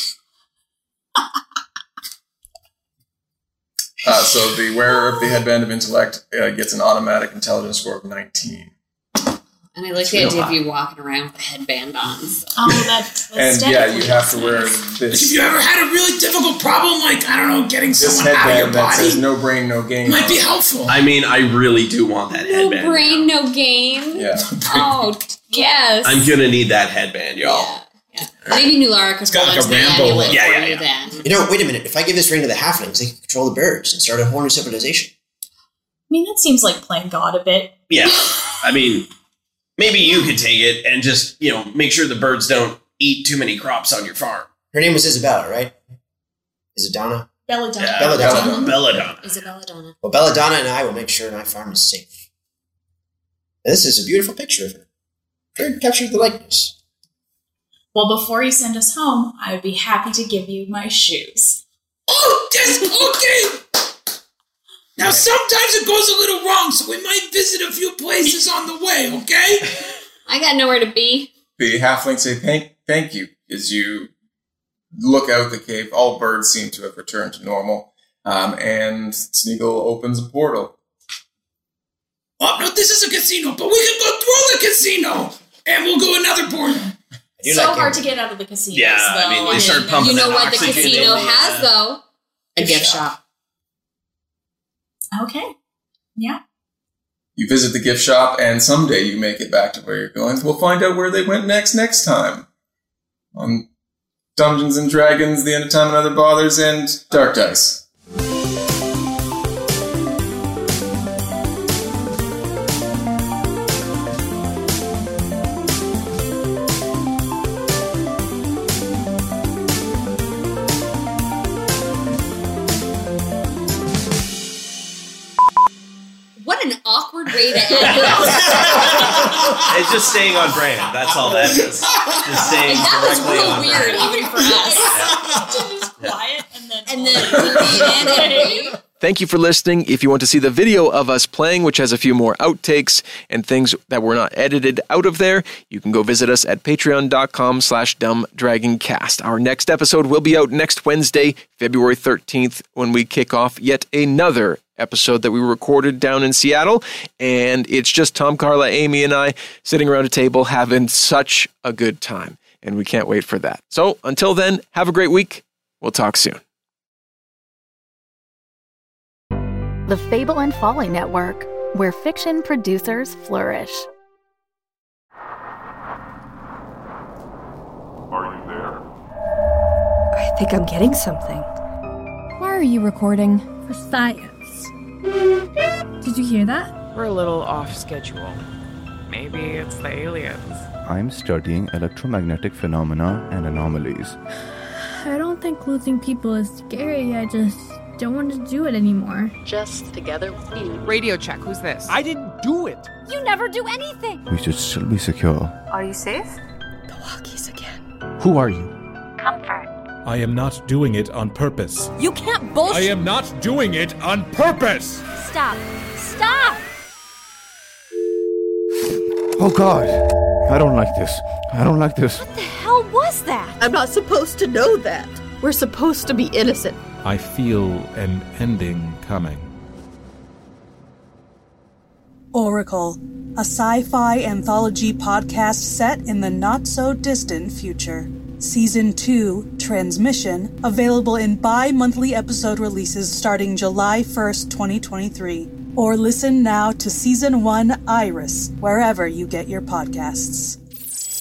Uh, so the wearer of the headband of intellect uh, gets an automatic intelligence score of 19. And I like It's the real idea of hot. you walking around with a headband on. So. Oh, *laughs* that's, And yeah, you have to wear this. If you ever had a really difficult problem, like I don't know, getting this someone out of your headband that body, says no brain, no game. might be helpful. I mean, I really do want that No headband. brain, no game. Yeah. Oh yes. I'm gonna need that headband, y'all. Maybe New Lara could got roll like into a the Rambo amulet look. Yeah, for yeah, you then. You know, wait a minute. If I give this ring to the halflings, they can control the birds and start a whole new civilization. I mean, that seems like playing God a bit. Yeah. I mean, maybe you could take it and just you know make sure the birds don't eat too many crops on your farm. Her name was Isabella, right? Isadonna? Belladonna. Yeah, Belladonna. Belladonna. Isabella Donna. Well, Belladonna and I will make sure my farm is safe. And this is a beautiful picture of her. Try to capture the likeness. Well, before you send us home, I would be happy to give you my shoes. Oh, that's okay. Now sometimes it goes a little wrong, so we might visit a few places on the way. Okay. I got nowhere to be. the halfling say thank thank you as you look out the cave. All birds seem to have returned to normal, um, and Sneagle opens a portal. Oh no, this is a casino, but we can go through the casino, and we'll go another portal. You so like hard it. to get out of the casinos. Yeah, I though. mean, they start pumping You know that what the oxygen casino in the, has uh, though? A gift gift shop. Okay. Yeah. You visit the gift shop, and someday you make it back to where you're going. We'll find out where they went next next time on Dungeons and Dragons: The End of Time and Other Bothers and Dark Dice. What an awkward way to end *laughs* it. It's just staying on brand. That's all that is. Just staying And that was directly real on weird, even for us. brand. Quiet and then. And then we made it. Thank you for listening. If you want to see the video of us playing, which has a few more outtakes and things that were not edited out of there, you can go visit us at patreon.com slash dumbdragoncast. Our next episode will be out next Wednesday, February 13th, when we kick off yet another episode that we recorded down in Seattle. And it's just Tom, Carla, Amy, and I sitting around a table having such a good time. And we can't wait for that. So until then, have a great week. We'll talk soon. The Fable and Folly Network, where fiction producers flourish. Are you there? I think I'm getting something. Why are you recording? For science. Did you hear that? We're a little off schedule. Maybe it's the aliens. I'm studying electromagnetic phenomena and anomalies. I don't think losing people is scary. I just don't want to do it anymore. Just together. Radio check, who's this? I didn't do it! You never do anything! We should still be secure. Are you safe? Who are you? Comfort. I am not doing it on purpose. You can't bullshit! I am not doing it on purpose! Stop. Stop! Oh god! I don't like this. I don't like this. hell was that? I'm not supposed to know that. We're supposed to be innocent. I feel an ending coming. Oracle, a sci fi anthology podcast set in the not so distant future. Season 2, Transmission, available in bi monthly episode releases starting July 1st, 2023. Or listen now to Season 1, Iris, wherever you get your podcasts.